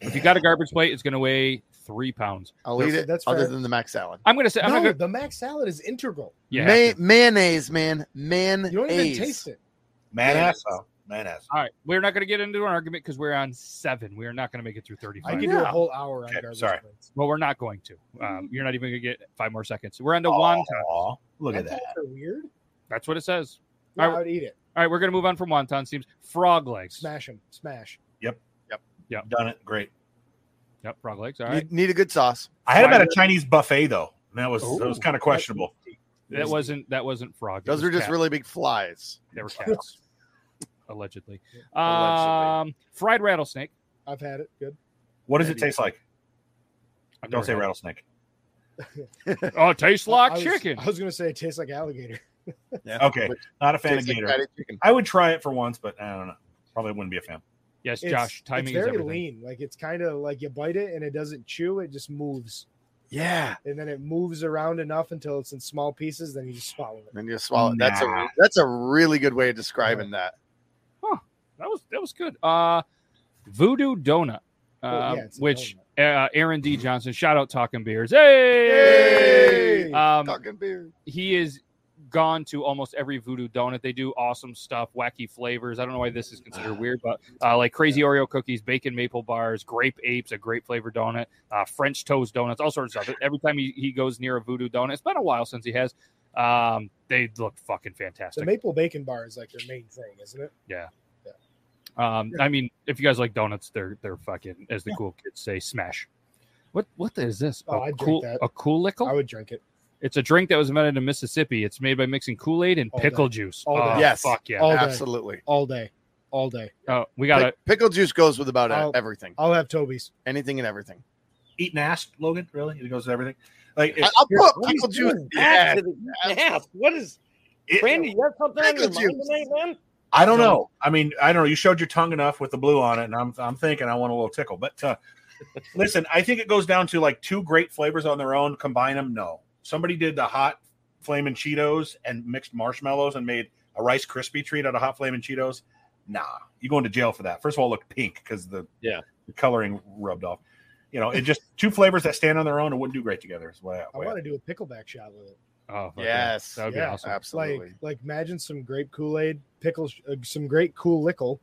If you got a garbage plate, it's going to weigh three pounds. I'll eat it. That's other fair. than the mac salad. I'm going to say, I'm no, not going to. the mac salad is integral. Yeah. May- mayonnaise, man. Mayonnaise. You don't even taste it. Man Yeah. ass, though. man ass. All right, we're not going to get into an argument because we're on seven. We are not going to make it through I thirty-five. could do a whole hour on Okay, garbage sorry. plates. well, we're not going to. Um, you're not even going to get five more seconds. We're on to Aw, wonton. Look at Mac that. salads are weird. That's what it says. No, Alright. I would eat it. All right, we're going to move on from wonton seems. Frog legs. Smash them. Smash. Done it. Great. Yep, frog legs. All You right. need a good sauce. I had them at a Fine. Chinese buffet though, and that was that was Ooh. kind of questionable. That wasn't that wasn't frog. it Those was are just cat. really big flies. they were cats. Allegedly. Allegedly. Um fried rattlesnake. I've had it. Good. What does it Maybe. taste like? I've Don't never say had it. rattlesnake. oh, it tastes like I was- chicken. I was gonna say it tastes like alligator. <laughs> Okay. Not a fan of gator. I would try it for once, but I don't know. Probably wouldn't be a fan. Yes, It's- it's very lean. Like it's kind of like you bite it and it doesn't chew; it just moves. Yeah. and then it moves around enough until it's in small pieces. Then you just swallow it. Then you swallow. it. That's Nah. a that's a really good way of describing that. That was that was good. Uh, Voodoo Donut, uh, Oh, yeah, it's a which Uh, Aaron D Johnson, shout out Talking Beers. Hey, um, Talking Beers. He is gone to almost every Voodoo Donut. They do awesome stuff, wacky flavors. I don't know why this is considered weird, but uh, like crazy Oreo cookies, bacon maple bars, grape apes, a grape flavored donut, uh, French toast donuts, all sorts of stuff. Every time he, he goes near a Voodoo Donut, it's been a while since he has. Um, they look fucking The fantastic. maple bacon bar is like their main thing, isn't it? Yeah. Um, I mean, if you guys like donuts, they're they're fucking, as the cool kids say, smash. What what is this? Oh, A I'd drink cool, that. A cool lickle? I would drink it. It's a drink that was invented in Mississippi. It's made by mixing Kool Aid and All pickle day. juice. All Oh, day. Yes. fuck yeah, All day. Absolutely. All day, all day. Oh, we got it. Pickle juice goes with about I'll- everything. I'll have Toby's. Anything and everything. Eat nast, Logan. Really, it goes with everything. Like I- I'll Here, put what are you pickle juice. doing? Yeah. Yes. What is? Brandy, you have something on your mind tonight, man? I don't know. I mean, I don't know. You showed your tongue enough with the blue on it, and I'm I'm thinking I want a little tickle. But uh, listen, I think it goes down to like two great flavors on their own. Combine them, no. Somebody did the hot flaming Cheetos and mixed marshmallows and made a Rice crispy treat out of hot flaming Cheetos. Nah, you going to jail for that. First of all, it looked pink because the yeah the coloring rubbed off. You know, it just two flavors that stand on their own and wouldn't do great together. Is what I, I what I- want to do a pickleback shot with it. Oh, fuck yeah. Yes. That would be awesome. Like- Absolutely. Like, imagine some grape Kool Aid, pickles, uh, some great cool lickle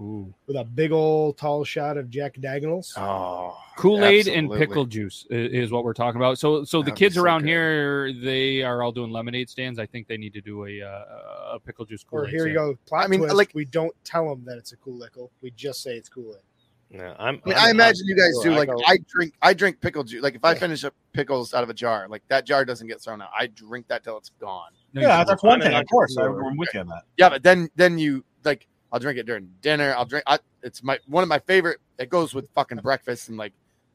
Ooh. with a big old tall shot of Jack Diagonals. Oh, Kool Aid and Absolutely. pickle juice i- is what we're talking about. So, so the That'd be kids so around here, they are all doing lemonade stands. I think they need to do a uh, a pickle juice Kool or Aid. here you go. Plot I mean, twist, like- we don't tell them that it's a cool lickle. We just say it's Kool Aid. No, I'm. I, mean, I imagine you guys do. I Like go- I drink, I drink pickle juice. Like if I finish up pickles out of a jar, like that jar doesn't get thrown out. I drink that till it's gone. yeah, that's one thing. Of course, I, am with you on that. Yeah, but then then you like I'll drink it during dinner. I'll drink. I, it's my one of my favorite. It goes with fucking breakfast and like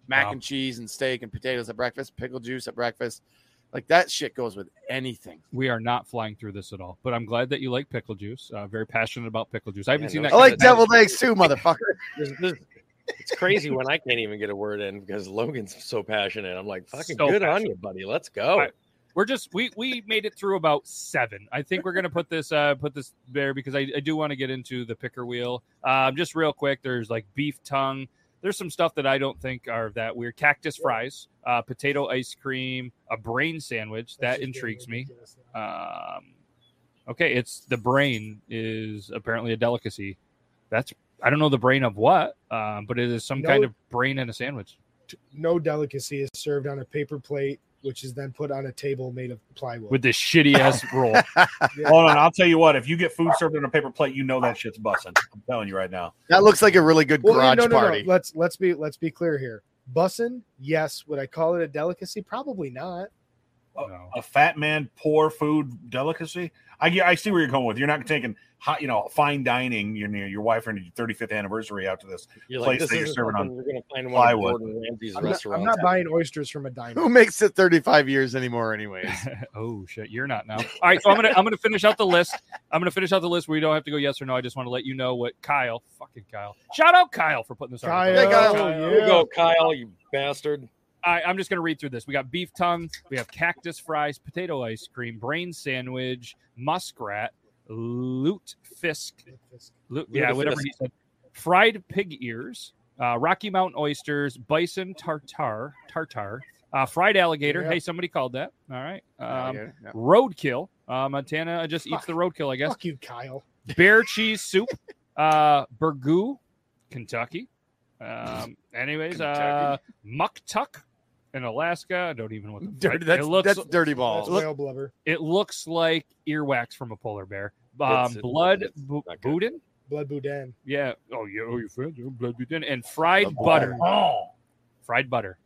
mac and cheese and steak and potatoes at breakfast, pickle juice at breakfast. Like that shit goes with anything. We are not flying through this at all, but I'm glad that you like pickle juice. Uh, very passionate about pickle juice. I haven't seen that. I kind like of- deviled eggs too, motherfucker. <laughs> It's crazy when I can't even get a word in because Logan's so passionate. I'm like, fucking So good on passionate. you, buddy. Let's go. We're just we we made it through about seven. I think we're gonna put this uh put this there because I, I do want to get into the picker wheel. Um, just real quick, there's like beef tongue. There's some stuff that I don't think are that weird. Cactus fries, uh, potato ice cream, a brain sandwich that intrigues me. Um, okay, it's the brain is apparently a delicacy. That's I don't know the brain of what, um, but it is some No. kind of brain in a sandwich. No delicacy is served on a paper plate, which is then put on a table made of plywood. With this shitty ass roll. Hold on, I'll tell you what. If you get food served on a paper plate, you know that shit's busting. I'm telling you right now. That looks like a really good Well, yeah, garage no, no, party. no. Let's let's be let's be clear here. Bussin, yes. Would I call it a delicacy? Probably not. A fat man, poor food delicacy. I get, I see where you're going with. You're not taking hot, you know, fine dining. Your your wife and your 35th anniversary out to this You're like, place this that you're isn't serving something on you're gonna find in one of plywood. Gordon Ramsay's I'm not, I'm not buying oysters from a diner. Who makes it 35 years anymore, anyways? <laughs> oh shit, you're not now. All right, so I'm gonna I'm gonna finish out the list. I'm gonna finish out the list. We don't have to go yes or no. I just want to let you know what Kyle, fucking Kyle. Shout out Kyle for putting this on. Kyle, you go, Kyle, you bastard. I, I'm just going to read through this. We got beef tongue, we have cactus fries, potato ice cream, brain sandwich, muskrat, loot fisk, lu- yeah, whatever he Lutefisk. said, fried pig ears, uh, Rocky Mountain oysters, bison tartar, tartar, uh, fried alligator. Yeah. Hey, somebody called that. All right, um, Alligator, yeah. roadkill. Uh, Montana just eats the roadkill, I guess. Fuck you, Kyle. <laughs> Bear cheese soup, uh, burgoo, Kentucky. Um, anyways, uh, muktuk in Alaska. I don't even know what the Dirty- frick- that's- that's dirty balls. That's whale blubber. It looks like earwax from a polar bear. It's- Um, it's- blood bu- boudin. Blood boudin. Yeah. Oh, yeah. Oh, you friends. oh, Blood boudin and fried Blood butter. boudin. Fried butter.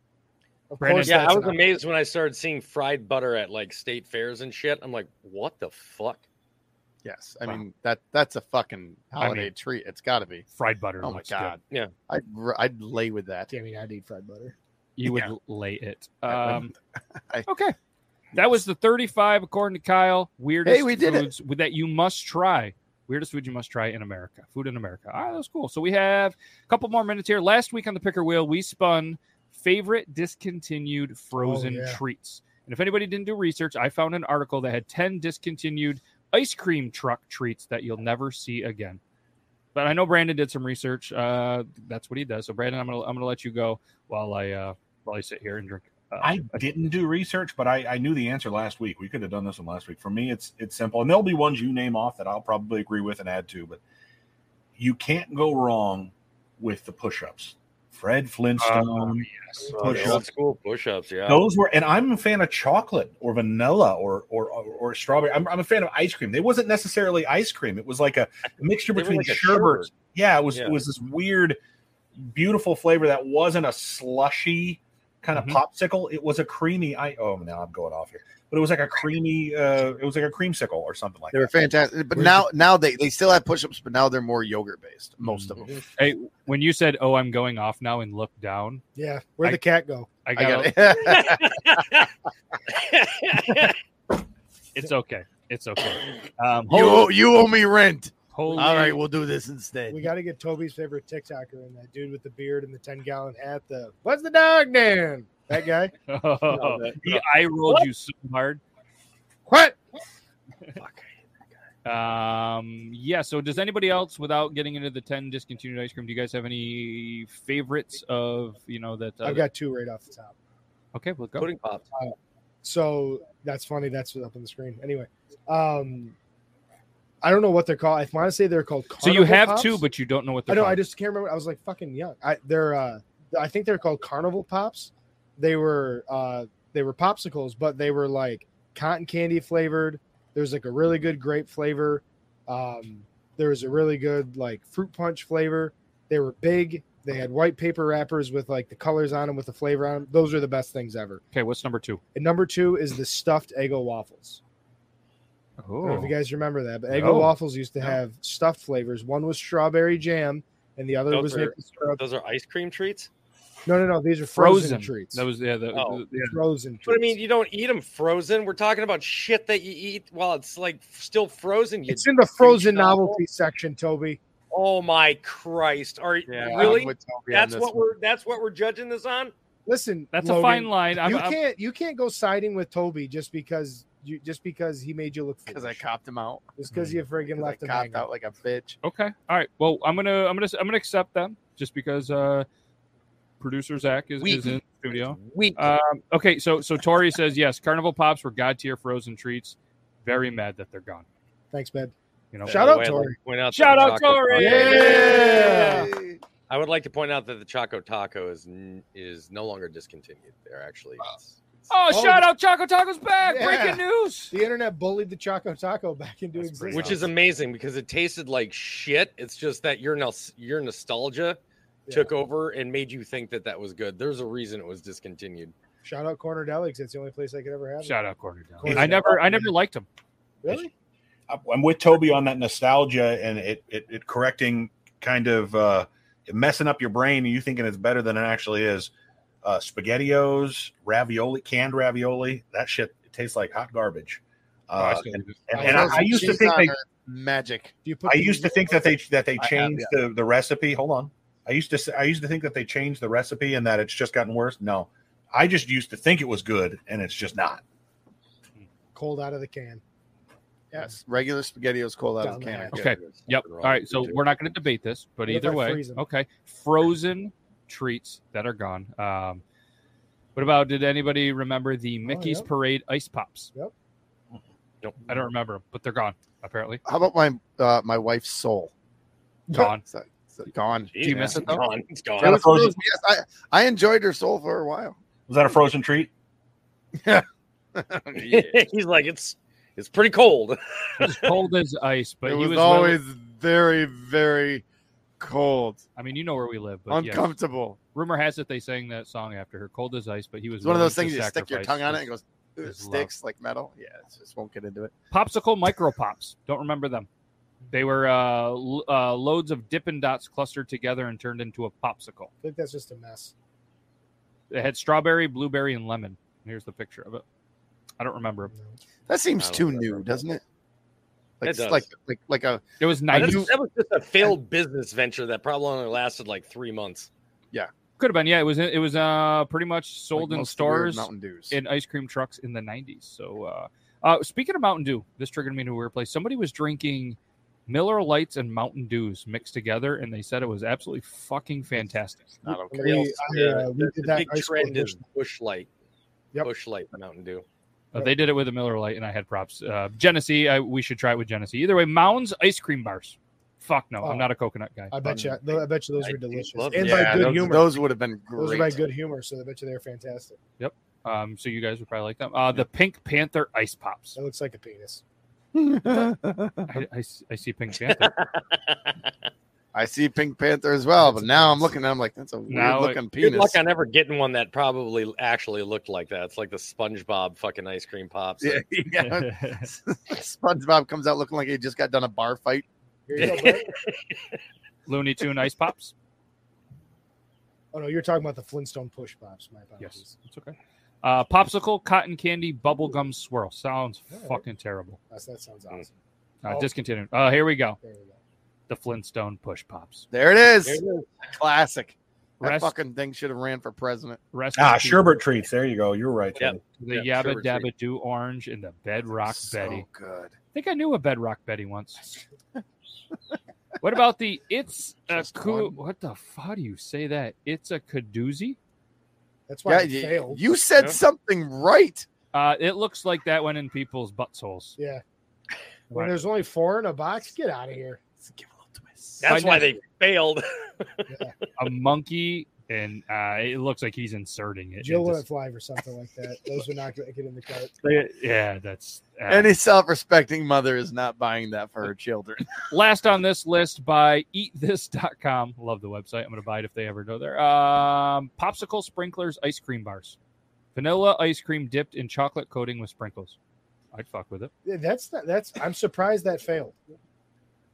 Of Brandon, yeah, I that's was not- amazed when I started seeing fried butter at like state fairs and shit. I'm like, what the fuck? Yes, I mean that that's a fucking I mean, holiday treat. It's got to be fried butter. Oh my looks god, good. Yeah. I'd r- I'd lay with that. <laughs> Yeah, I mean, I'd eat fried butter. You would lay it. Um, okay. That was the 35, according to Kyle. Weirdest Hey, we did it. foods that you must try. Weirdest food you must try in America. Food in America. All right, that's cool. So we have a couple more minutes here. Last week on the picker wheel, we spun favorite discontinued frozen Oh, yeah. treats. And if anybody didn't do research, I found an article that had 10 discontinued ice cream truck treats that you'll never see again. But I know Brandon did some research. Uh, that's what he does. So Brandon, I'm gonna I'm gonna let you go while I uh, while I sit here and drink. Uh, I didn't do research, but I, I knew the answer last week. We could have done this one last week. For me, it's it's simple, and there'll be ones you name off that I'll probably agree with and add to. But you can't go wrong with the push-ups. Fred Flintstone, yes. Old school push-ups, yeah. Those were, and I'm a fan of chocolate or vanilla or or or, or strawberry. I'm, I'm a fan of ice cream. They wasn't necessarily ice cream. It was like a mixture They were between like a sherbet. sherbet. Yeah, it was Yeah. it was this weird, beautiful flavor that wasn't a slushy kind of Mm-hmm. popsicle. It was a creamy. I oh now I'm going off here, but it was like a creamy. Uh, it was like a creamsicle or something like They were that. fantastic. But now now they, they still have push ups, but now they're more yogurt based, Mm-hmm. most of them. Hey, when you said, "Oh, I'm going off now," and looked down, Yeah, where'd I- the cat go? I got, it. it's okay. It's okay. Um, <laughs> You owe- you owe me rent. Holy, All right, <laughs> we'll do this instead. We got to get Toby's favorite TikToker and that dude with the beard and the ten gallon hat. The what's the dog name? That guy. Oh, he- I rolled you so hard. What? Um, yeah. So, does anybody else, without getting into the ten discontinued ice cream, do you guys have any favorites of you know that? Uh, I've got two right off the top. Okay, we'll go. Pudding pop. Uh, so that's funny. That's what's up on the screen. Anyway, um, I don't know what they're called. I want to say they're called. So you Carnival have Pops. two, but you don't know what I they're. know. I called. just can't remember. I was like fucking young. I they're. Uh, I think they're called Carnival Pops. They were. Uh, they were popsicles, but they were like cotton candy flavored. There's like a really good grape flavor. Um, there was a really good like fruit punch flavor. They were big. They had white paper wrappers with like the colors on them with the flavor on them. Those are the best things ever. Okay, what's number two? And number two is the stuffed Eggo waffles. I don't know if you guys remember that, Oh. but Eggo No. waffles used to have stuffed flavors. One was strawberry jam, and the other was Those are, maple syrup. those are ice cream treats. No, no, no. These are frozen, treats. That was yeah. The, Oh. the- yeah. frozen But I treats. mean, you don't eat them frozen. We're talking about shit that you eat while it's like still frozen. You It's in the frozen douche nozzle. novelty section, Toby. Oh my Christ! Are I'm really? with Toby on That's this what one. we're that's what we're judging this on. Listen, That's a Logan, fine line. I'm, you I'm- can't you can't go siding with Toby just because you just because he made you look because I copped him out. Just because you friggin' left him copped out like a bitch. Okay. All right. Well, I'm gonna I'm gonna I'm gonna accept them just because uh producer Zach is, is in the studio. Weak. Um, okay. So so Tori says yes. Carnival pops were god tier frozen treats. Very mad that they're gone. Thanks, bud. You know. Shout out, Tori. Point out Shout that out, Choco Tori. Taco- Oh, Yeah. I would like to point out that the Choco Taco is n- is no longer discontinued. They're actually it's- Oh, Oh. shout out Choco Taco's back. Yeah. Breaking news. The internet bullied the Choco Taco back into existence. which is amazing because it tasted like shit. It's just that your nos- your nostalgia took over and made you think that that was good. There's a reason it was discontinued. Shout out Corner Delics. It's the only place I could ever have. it. Shout out Corner Corner I never Delics. I never liked them. Really? I'm with Toby on that nostalgia and it it, it correcting kind of uh, messing up your brain and you thinking it's better than it actually is. Uh, spaghettios, ravioli, canned ravioli, that shit it tastes like hot garbage. Oh, I Uh, still and do. and- and I, I used to Cheese think on they, her, magic. Do you I used to think that they that they I have, changed yeah. the, the recipe. Hold on, I used to s- I used to think that they changed the recipe and that it's just gotten worse. No, I just used to think it was good and it's just not. cold out of the can. Yes, regular SpaghettiOs cold out of Down the the can. hatch. Okay. Yep. All right. So we're not going to debate this, but What if either I way, freeze 'em? okay. Frozen treats that are gone. Um, what about? Did anybody remember the Mickey's Oh, yep. Parade ice pops? Yep. Nope. I don't remember them, but they're gone. Apparently, How about my uh, my wife's soul? gone. <laughs> So, so gone. Did you miss it, though? Gone. It's gone. It Is that a was frozen- frozen, Yes, I, I enjoyed her soul for a while. Was that a frozen <laughs> treat? <laughs> He's like it's it's pretty cold. As cold as ice, but it he was, was always willing- very, very cold. I mean, you know where we live, but yes. Uncomfortable. Rumor has it they sang that song after her, "Cold as ice," but he was It's one of willing those things to you stick your sacrifice tongue on his- it and it goes, "Ooh, it his love. sticks like metal. Yeah, it just won't get into it. popsicle micro pops. Don't remember them. They were uh, l- uh, loads of Dippin' Dots clustered together and turned into a popsicle. I think that's just a mess. It had strawberry, blueberry, and lemon. Here's the picture of it. I don't remember. That seems too new, doesn't it? Like, It does. like like like a it was That was- that was just a failed business venture that probably only lasted like three months. Yeah. Could have been. Yeah, it was. It was uh pretty much sold in most of the weird stores, Mountain Dews. in ice cream trucks in the '90s. So, uh, uh, speaking of Mountain Dew, this triggered me to a weird place. Somebody was drinking Miller Lights and Mountain Dews mixed together, and they said it was absolutely fucking fantastic. Not okay. We- I, uh, we the, did the that big ice cream trend is Bush Light. Bush Light Mountain Dew. Uh, they did it with a Miller Light, and I had props. Uh, Genesee, I, we should try it with Genesee. Either way, Mounds ice cream bars. Fuck no, Oh. I'm not a coconut guy. I bet you. I bet you those I were do delicious. love And them. by Yeah, good those- humor. those would have been Those were by great. good humor, so I bet you they're fantastic. Yep. Um, so you guys would probably like them. Uh, the Pink Panther ice pops. That looks like a penis. Uh-huh. I, I s- I see Pink Panther. I see Pink Panther as well, Oh, but now <laughs> I'm looking at him like that's a weird Now, looking good penis. luck on ever getting one that probably actually looked like that. It's like the SpongeBob fucking ice cream pops. <laughs> Yeah, yeah. SpongeBob comes out looking like he just got done a bar fight. Looney Tune ice <laughs> pops. Oh no, you're talking about the Flintstone push pops. My apologies. Yes, it's okay. Uh, popsicle, cotton candy, bubblegum swirl. Sounds fucking terrible. That's, that sounds Mm. awesome. Uh, Oh. Discontinued. Uh, here we go. The Flintstone push pops. There it is. There it Classic. That Rest- fucking thing should have ran for president. Rest Ah, in peace. sherbet treats. There you go. You're right. Tony. The Yeah, Yabba sherbet Dabba Doo Orange and the Bedrock Betty. good. I think I knew a Bedrock Betty once. <laughs> what about the It's a Coo? What the fuck? How do you say that? It's a Kadoozy? That's Yeah, you, you said something right. Uh, it looks like that one in people's buttholes. Yeah. When there's only four in a box, get out of here. That's I why know. they failed. a monkey, and uh, it looks like he's inserting it. Jill uh, into- went live or something like that. Those would not get in the cart. yeah, that's uh, Any self-respecting mother is not buying that for her children. <laughs> last on this list by eatthis.com. Love the website. I'm going to buy it if they ever go there. Um, popsicle sprinklers, ice cream bars, vanilla ice cream dipped in chocolate coating with sprinkles. I'd fuck with it. Yeah, That's not, that's. I'm surprised that failed.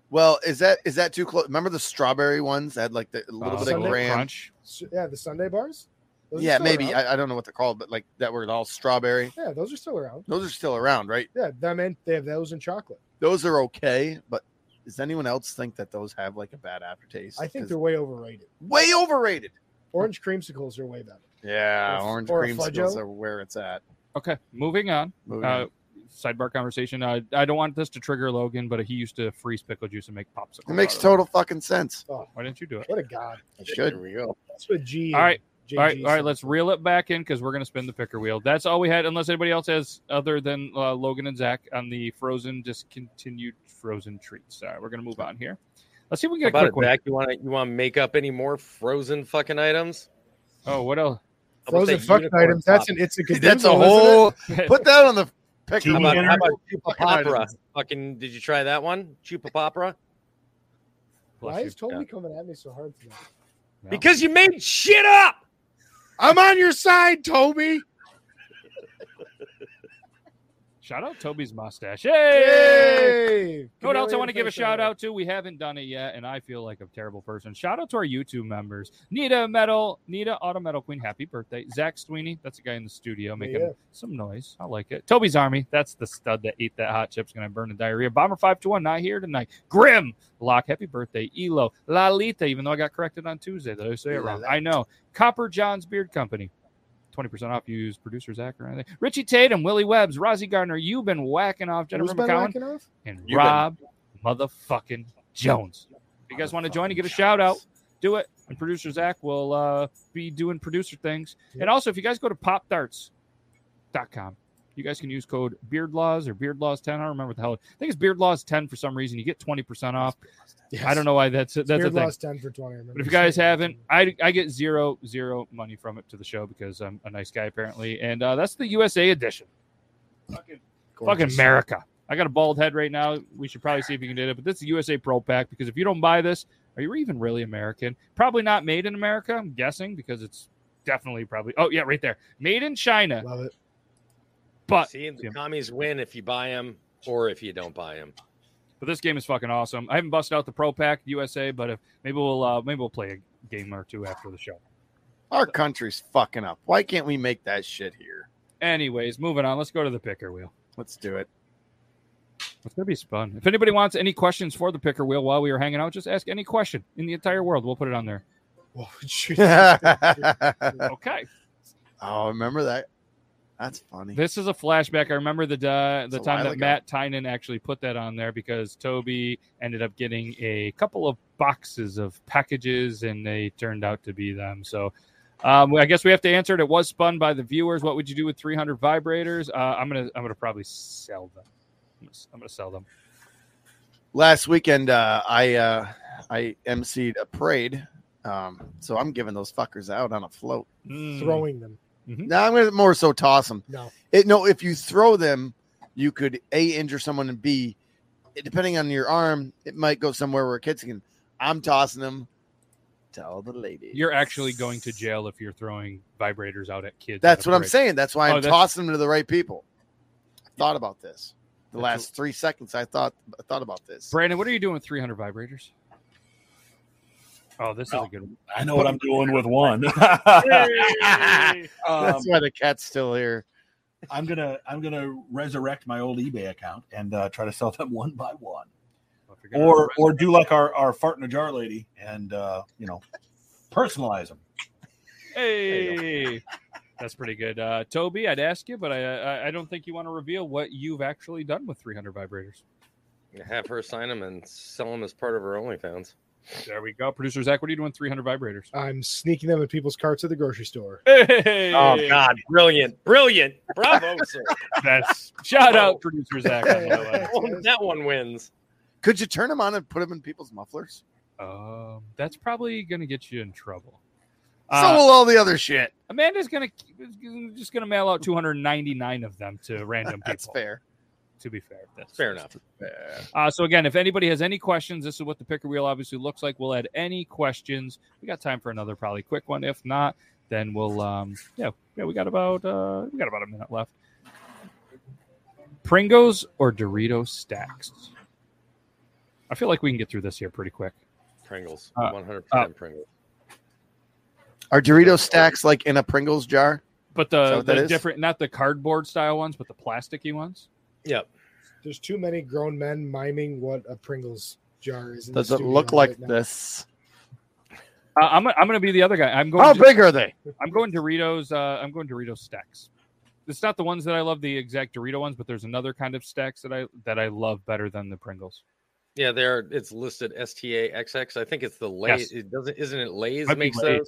Well, is that is that too close? Remember the strawberry ones that had like the, a little bit of Sunday graham. S- Yeah, the Sunday bars. Those are Yeah, still maybe around. I, I don't know what they're called, but like that were all strawberry. Yeah, those are still around. Those are still around, right? Yeah, I mean they have those in chocolate. Those are okay, but does anyone else think that those have like a bad aftertaste? I think 'Cause- they're way overrated. Way overrated. Orange creamsicles are way better. yeah, Or- orange or a cream Fudgo. skills are where it's at. Okay, moving on. Moving uh, on. Sidebar conversation. Uh, I don't want this to trigger Logan, but he used to freeze pickle juice and make popsicle. It makes out of total fucking sense. Oh, Why didn't you do it? what a god! It should. we go. That's what G. All right. and all right, JG all right. said. Let's reel it back in because we're gonna spin the picker wheel. That's all we had, unless anybody else has, other than uh, Logan and Zach, on the frozen discontinued frozen treats. All right, we're gonna move on here. Let's see if we How can get about a it, quick one. Zach? You want to you want to make up any more frozen fucking items? Oh, what else? How about Frozen that fuck unicorn items. That's pop? an it's a That's a cadoodle, isn't it? whole. Put that <laughs> on the pick. How about, how about Fucking chupapapra? items. Fucking, did you try that one? Chupapapra? Why is Toby coming at me so hard today? Because you made shit up. I'm on your side, Toby. Shout out Toby's mustache. Yay! Hey, You know what else I Camellia want to give a Face shout Eye. out to? We haven't done it yet, and I feel like a terrible person. Shout out to our YouTube members: Nita Metal, Nita Auto Metal Queen. Happy birthday, Zach Sweeney. That's the guy in the studio making Yeah. some noise. I like it. Toby's Army. That's the stud that ate that hot chip's gonna burn the diarrhea. Bomber five two one not here tonight. Grim Lock. Happy birthday, Elo Lalita. Even though I got corrected on Tuesday, though I say it wrong. I know. Copper John's Beard Company. 20% off. Use producer Zach or anything. Richie Tatum, Willie Webbs, Rosie Gardner. You've been whacking off Jennifer Who's been McCowan whacking off? and You've Rob motherfucking Jones. If you guys want to join and get a shout out, do it. And producer Zach will uh, be doing producer things. And also, if you guys go to popdarts.com, you guys can use code BeardLaws or BeardLaws10. I don't remember what the hell. I think it's BeardLaws10 for some reason. You get 20% off. I don't know why that's that's Beard a thing. lost ten for twenty. I remember. But if you guys haven't, I, I get zero zero money from it to the show because I'm a nice guy apparently, and uh, that's the USA edition. Fucking, fucking Gorgeous. America! I got a bald head right now. We should probably see if you can do it, but this is USA Pro Pack because if you don't buy this, are you even really American? Probably not made in America. I'm guessing because it's definitely probably. Oh yeah, right there, made in China. Love it. But See, the commies win if you buy them or if you don't buy them. But this game is fucking awesome. I haven't busted out the Pro Pack USA, but if maybe we'll uh, maybe we'll play a game or two after the show. Our country's fucking up. Why can't we make that shit here? Anyways, moving on. Let's go to the picker wheel. Let's do it. It's gonna be fun. If anybody wants any questions for the picker wheel while we were hanging out, just ask any question in the entire world. We'll put it on <laughs> there. okay. Oh, remember that? That's funny. This is a flashback. I remember the uh, the It's a time while that ago. Matt Tynan actually put that on there because Toby ended up getting a couple of boxes of packages, and they turned out to be them. So. Um, I guess we have to answer it. It was spun by the viewers. What would you do with 300 vibrators? Uh, I'm gonna, I'm gonna probably sell them. I'm gonna, I'm gonna sell them. Last weekend, uh, I uh, I emceed a parade, um, so I'm giving those fuckers out on a float. throwing them. No, I'm gonna more so toss them. No. It, no, if you throw them, you could a injure someone and b, it- depending on your arm, it might go somewhere where kids can. I'm tossing them. Tell the lady. You're actually going to jail if you're throwing vibrators out at kids. at That's a what I'm parade. saying. That's why I'm Oh, tossing them to the right people. I thought about this. The That's last three seconds, I thought I thought about this. Brandon, what are you doing with 300 vibrators? Oh, this is a good one. I know what I'm doing with one. <laughs> Um, um, That's why the cat's still here. I'm gonna I'm gonna resurrect my old eBay account and uh, try to sell them one by one, or or do like our our fart in a jar lady and uh, you know personalize them. Hey, that's pretty good. Uh, Toby, I'd ask you, but I, I I don't think you want to reveal what you've actually done with 300 vibrators. Have her sign them and sell them as part of her OnlyFans. There we go. Producer Zach, what are you doing? 300 vibrators. I'm sneaking them in people's carts at the grocery store. Hey. Oh God, brilliant, brilliant, bravo, sir. <laughs> That's shout out, producer Zach. on that one. that one wins. Could you turn them on and put them in people's mufflers? Um, that's probably gonna get you in trouble. So Uh, will all the other shit. Amanda's gonna is just gonna mail out 299 of them to <laughs> random people. that's fair. To be fair, that's fair enough. Uh, so again, if anybody has any questions, this is what the picker wheel obviously looks like. We'll add any questions. We got time for another probably quick one. If not, then we'll um yeah yeah we got about uh we got about a minute left. Pringles or Dorito stacks? I feel like we can get through this here pretty quick. Pringles, Uh, one hundred uh, percent Pringles. Are Dorito stacks like in a Pringles jar? But Is that the, what that the is? different not the cardboard style ones, but the plasticky ones. Yep. There's too many grown men miming what a Pringles jar is. In Does the it studio look like right now. this? Uh, I'm I'm gonna be the other guy. I'm going. How big are they? I'm going Doritos. Uh, I'm going Doritos stacks. It's not the ones that I love, the exact Dorito ones, but there's another kind of stacks that I that I love better than the Pringles. Yeah, there it's listed STAXX. I think it's the Lay's. Yes. It doesn't, isn't it? Lay's Might be makes Lay's.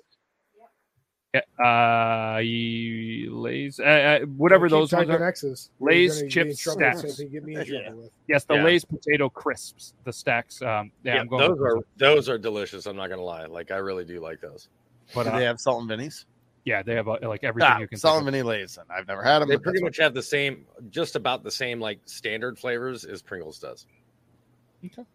those. Yeah, uh, ye- Lay's, uh, uh, whatever Keep those ones typing are. X's. You're Lays gonna be in chips trouble with stacks. something. Get me in trouble with. Yes, the Yeah. Lay's potato crisps, the stacks. Um, yeah, Yeah, I'm going. those with are those are delicious. I'm not gonna lie. Like I really do like those. But, Do uh, they have salt and vinnies? Yeah, they have uh, like everything Ah, you can. salt think and vinny lays. And I've never had them. They pretty much have the same, just about the same like standard flavors as Pringles does. <laughs> of.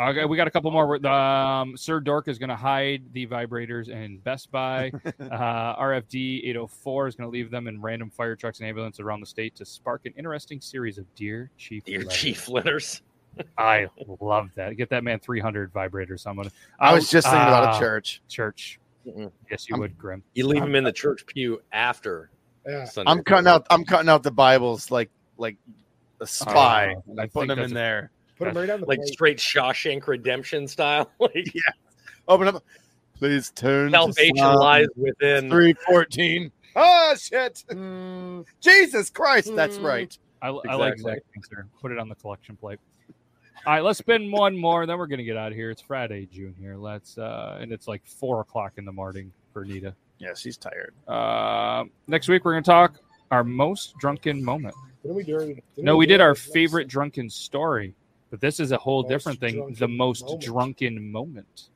Okay, we got a couple more. Um, Sir Dork is going to hide the vibrators in Best <laughs> Buy. uh, RFD 804 is going to leave them in random fire trucks and ambulances around the state to spark an interesting series of Dear Chief. Dear letters. Chief Letters. I love that. Get that man 300 vibrators. Someone. I was just thinking about a Ah, church. Church. Yes, you would, Grim. You leave them in the church pew after. Yeah. Sunday I'm cutting out. I'm cutting out the Bibles like like a spy. Oh, Ah, and I I'm think putting them in that's a- there. Put 'em right on the like plate. straight Shawshank Redemption style. <laughs> like Open up. Please turn. to salvation Psalm lies within. 314. Oh shit! Jesus Christ, that's Mm. right. I, I like Exactly. Zach Pinkster. Put it on the collection plate. All right, let's spin one more. Then we're gonna get out of here. It's Friday, June here. Let's uh, and it's like four o'clock in the morning for Nita. Yeah, she's tired. Uh, next week we're gonna talk our most drunken moment. What are we doing? No, we did our favorite drunken story, but this is a whole different thing. The drunken most moment. drunken moment.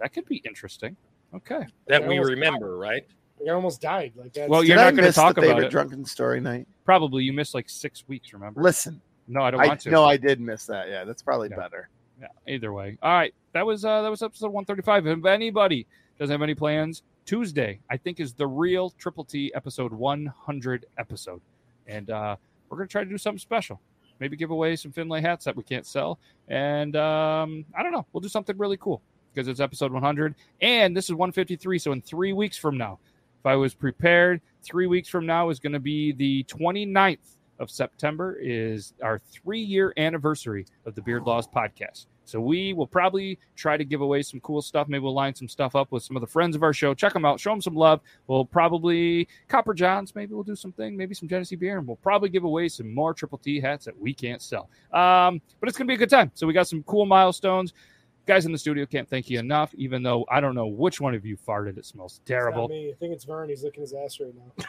That could be interesting. Okay. that we remember, right? I almost died. Like that. Well, Did Oh, you're I not gonna miss talk the about favorite it. drunken story night. Probably you missed like six weeks. Remember? Listen, No, I don't I, want to. no, I did miss that. Yeah, that's probably better. Yeah, either way. All right. That was uh that was episode 135. If anybody doesn't have any plans, Tuesday, I think, is the real Triple T episode 100 episode. And uh we're gonna try to do something special. Maybe give away some Finlay hats that we can't sell. And um I don't know. We'll do something really cool because it's episode 100 and this is 153. So in three weeks from now, If I was prepared, three weeks from now is going to be the 29th of September is our three year anniversary of the Beard Laws podcast. So we will probably try to give away some cool stuff. Maybe we'll line some stuff up with some of the friends of our show. Check them out. Show them some love. We'll probably Copper Johns. Maybe we'll do something. Maybe some Genesee beer, and we'll probably give away some more Triple T hats that we can't sell. Um, but it's gonna be a good time. So we got some cool milestones. Guys in the studio can't thank you enough. Even though I don't know which one of you farted, it smells terrible. It's not me. I think it's Vern. He's licking his ass right <laughs> now.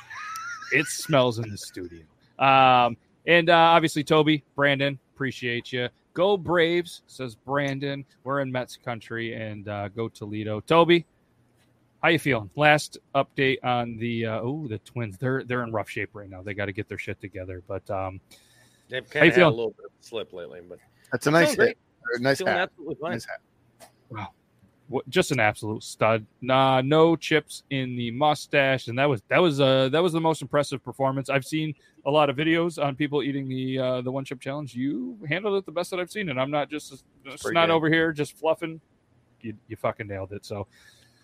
it smells in the studio. Um, and uh, obviously, Toby, Brandon, appreciate you. Go Braves, says Brandon. We're in Mets country, and uh, go Toledo. Toby, how you feeling? Last update on the uh, oh the Twins. They're they're in rough shape right now. They got to get their shit together. But um, they've kind of had a little bit of slip lately. But that's a nice thing. Nice hat. nice hat. Wow. What, just an absolute stud. Nah, no chips in the mustache, and that was that was uh that was the most impressive performance I've seen. A lot of videos on people eating the uh, the one chip challenge. You handled it the best that I've seen, and I'm not just not over here just fluffing. You you fucking nailed it. So.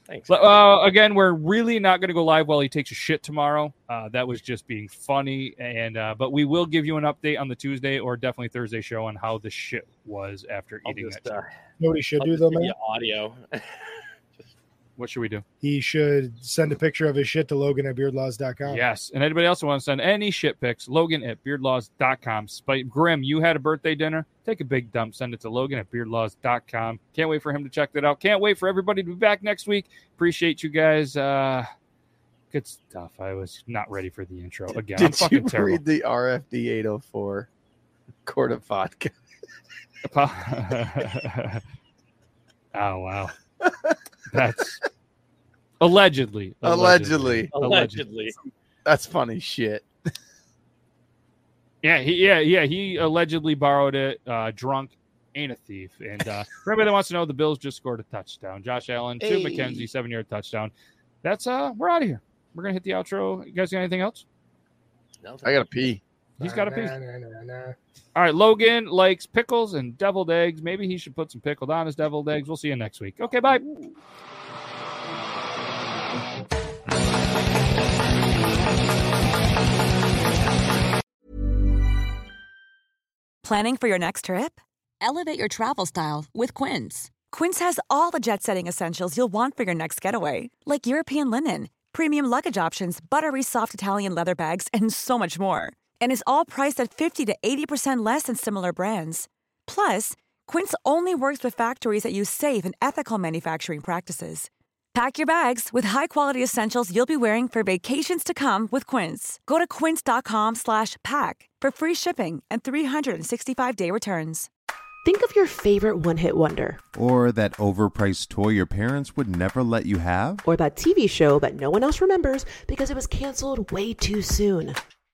Thanks. Uh, again, we're really not going to go live while he takes a shit tomorrow. Uh, that was just being funny, and uh, but we will give you an update on the Tuesday or definitely Thursday show on how the shit was after I'll eating just, that. uh, Nobody should I'll do just though, give you man. Audio. What should we do? He should send a picture of his shit to Logan at beardlaws.com. Yes. And anybody else who wants to send any shit pics, Logan at beardlaws.com. Spite Grim, you had a birthday dinner. Take a big dump. Send it to Logan at beardlaws.com. Can't wait for him to check that out. Can't wait for everybody to be back next week. Appreciate you guys. Uh, good stuff. I was not ready for the intro again. I'm Did you fucking terrible. read the RFD <laughs> 804 quart oh of vodka? <laughs> oh <laughs> wow, that's allegedly, Allegedly. allegedly. That's funny shit. Yeah, he, yeah, yeah. He allegedly borrowed it. Uh, drunk, ain't a thief. <laughs> And uh, for anybody that wants to know, the Bills just scored a touchdown. Josh Allen Hey. to McKenzie, seven-yard touchdown. That's uh, we're out of here. We're gonna hit the outro. You guys got anything else? I gotta pee. He's got a piece. Nah, nah, nah, nah, nah. All right, Logan likes pickles and deviled eggs. Maybe he should put some pickled on his deviled eggs. We'll see you next week. Okay, bye. Planning for your next trip? Elevate your travel style with Quince. Quince has all the jet setting essentials you'll want for your next getaway, like European linen, premium luggage options, buttery soft Italian leather bags, and so much more. And is all priced at 50 to 80% less than similar brands. Plus, Quince only works with factories that use safe and ethical manufacturing practices. Pack your bags with high-quality essentials you'll be wearing for vacations to come with Quince. Go to quince.com slash pack for free shipping and 365-day returns. Think of your favorite one hit wonder Or that overpriced toy your parents would never let you have? or that TV show that no one else remembers because it was canceled way too soon.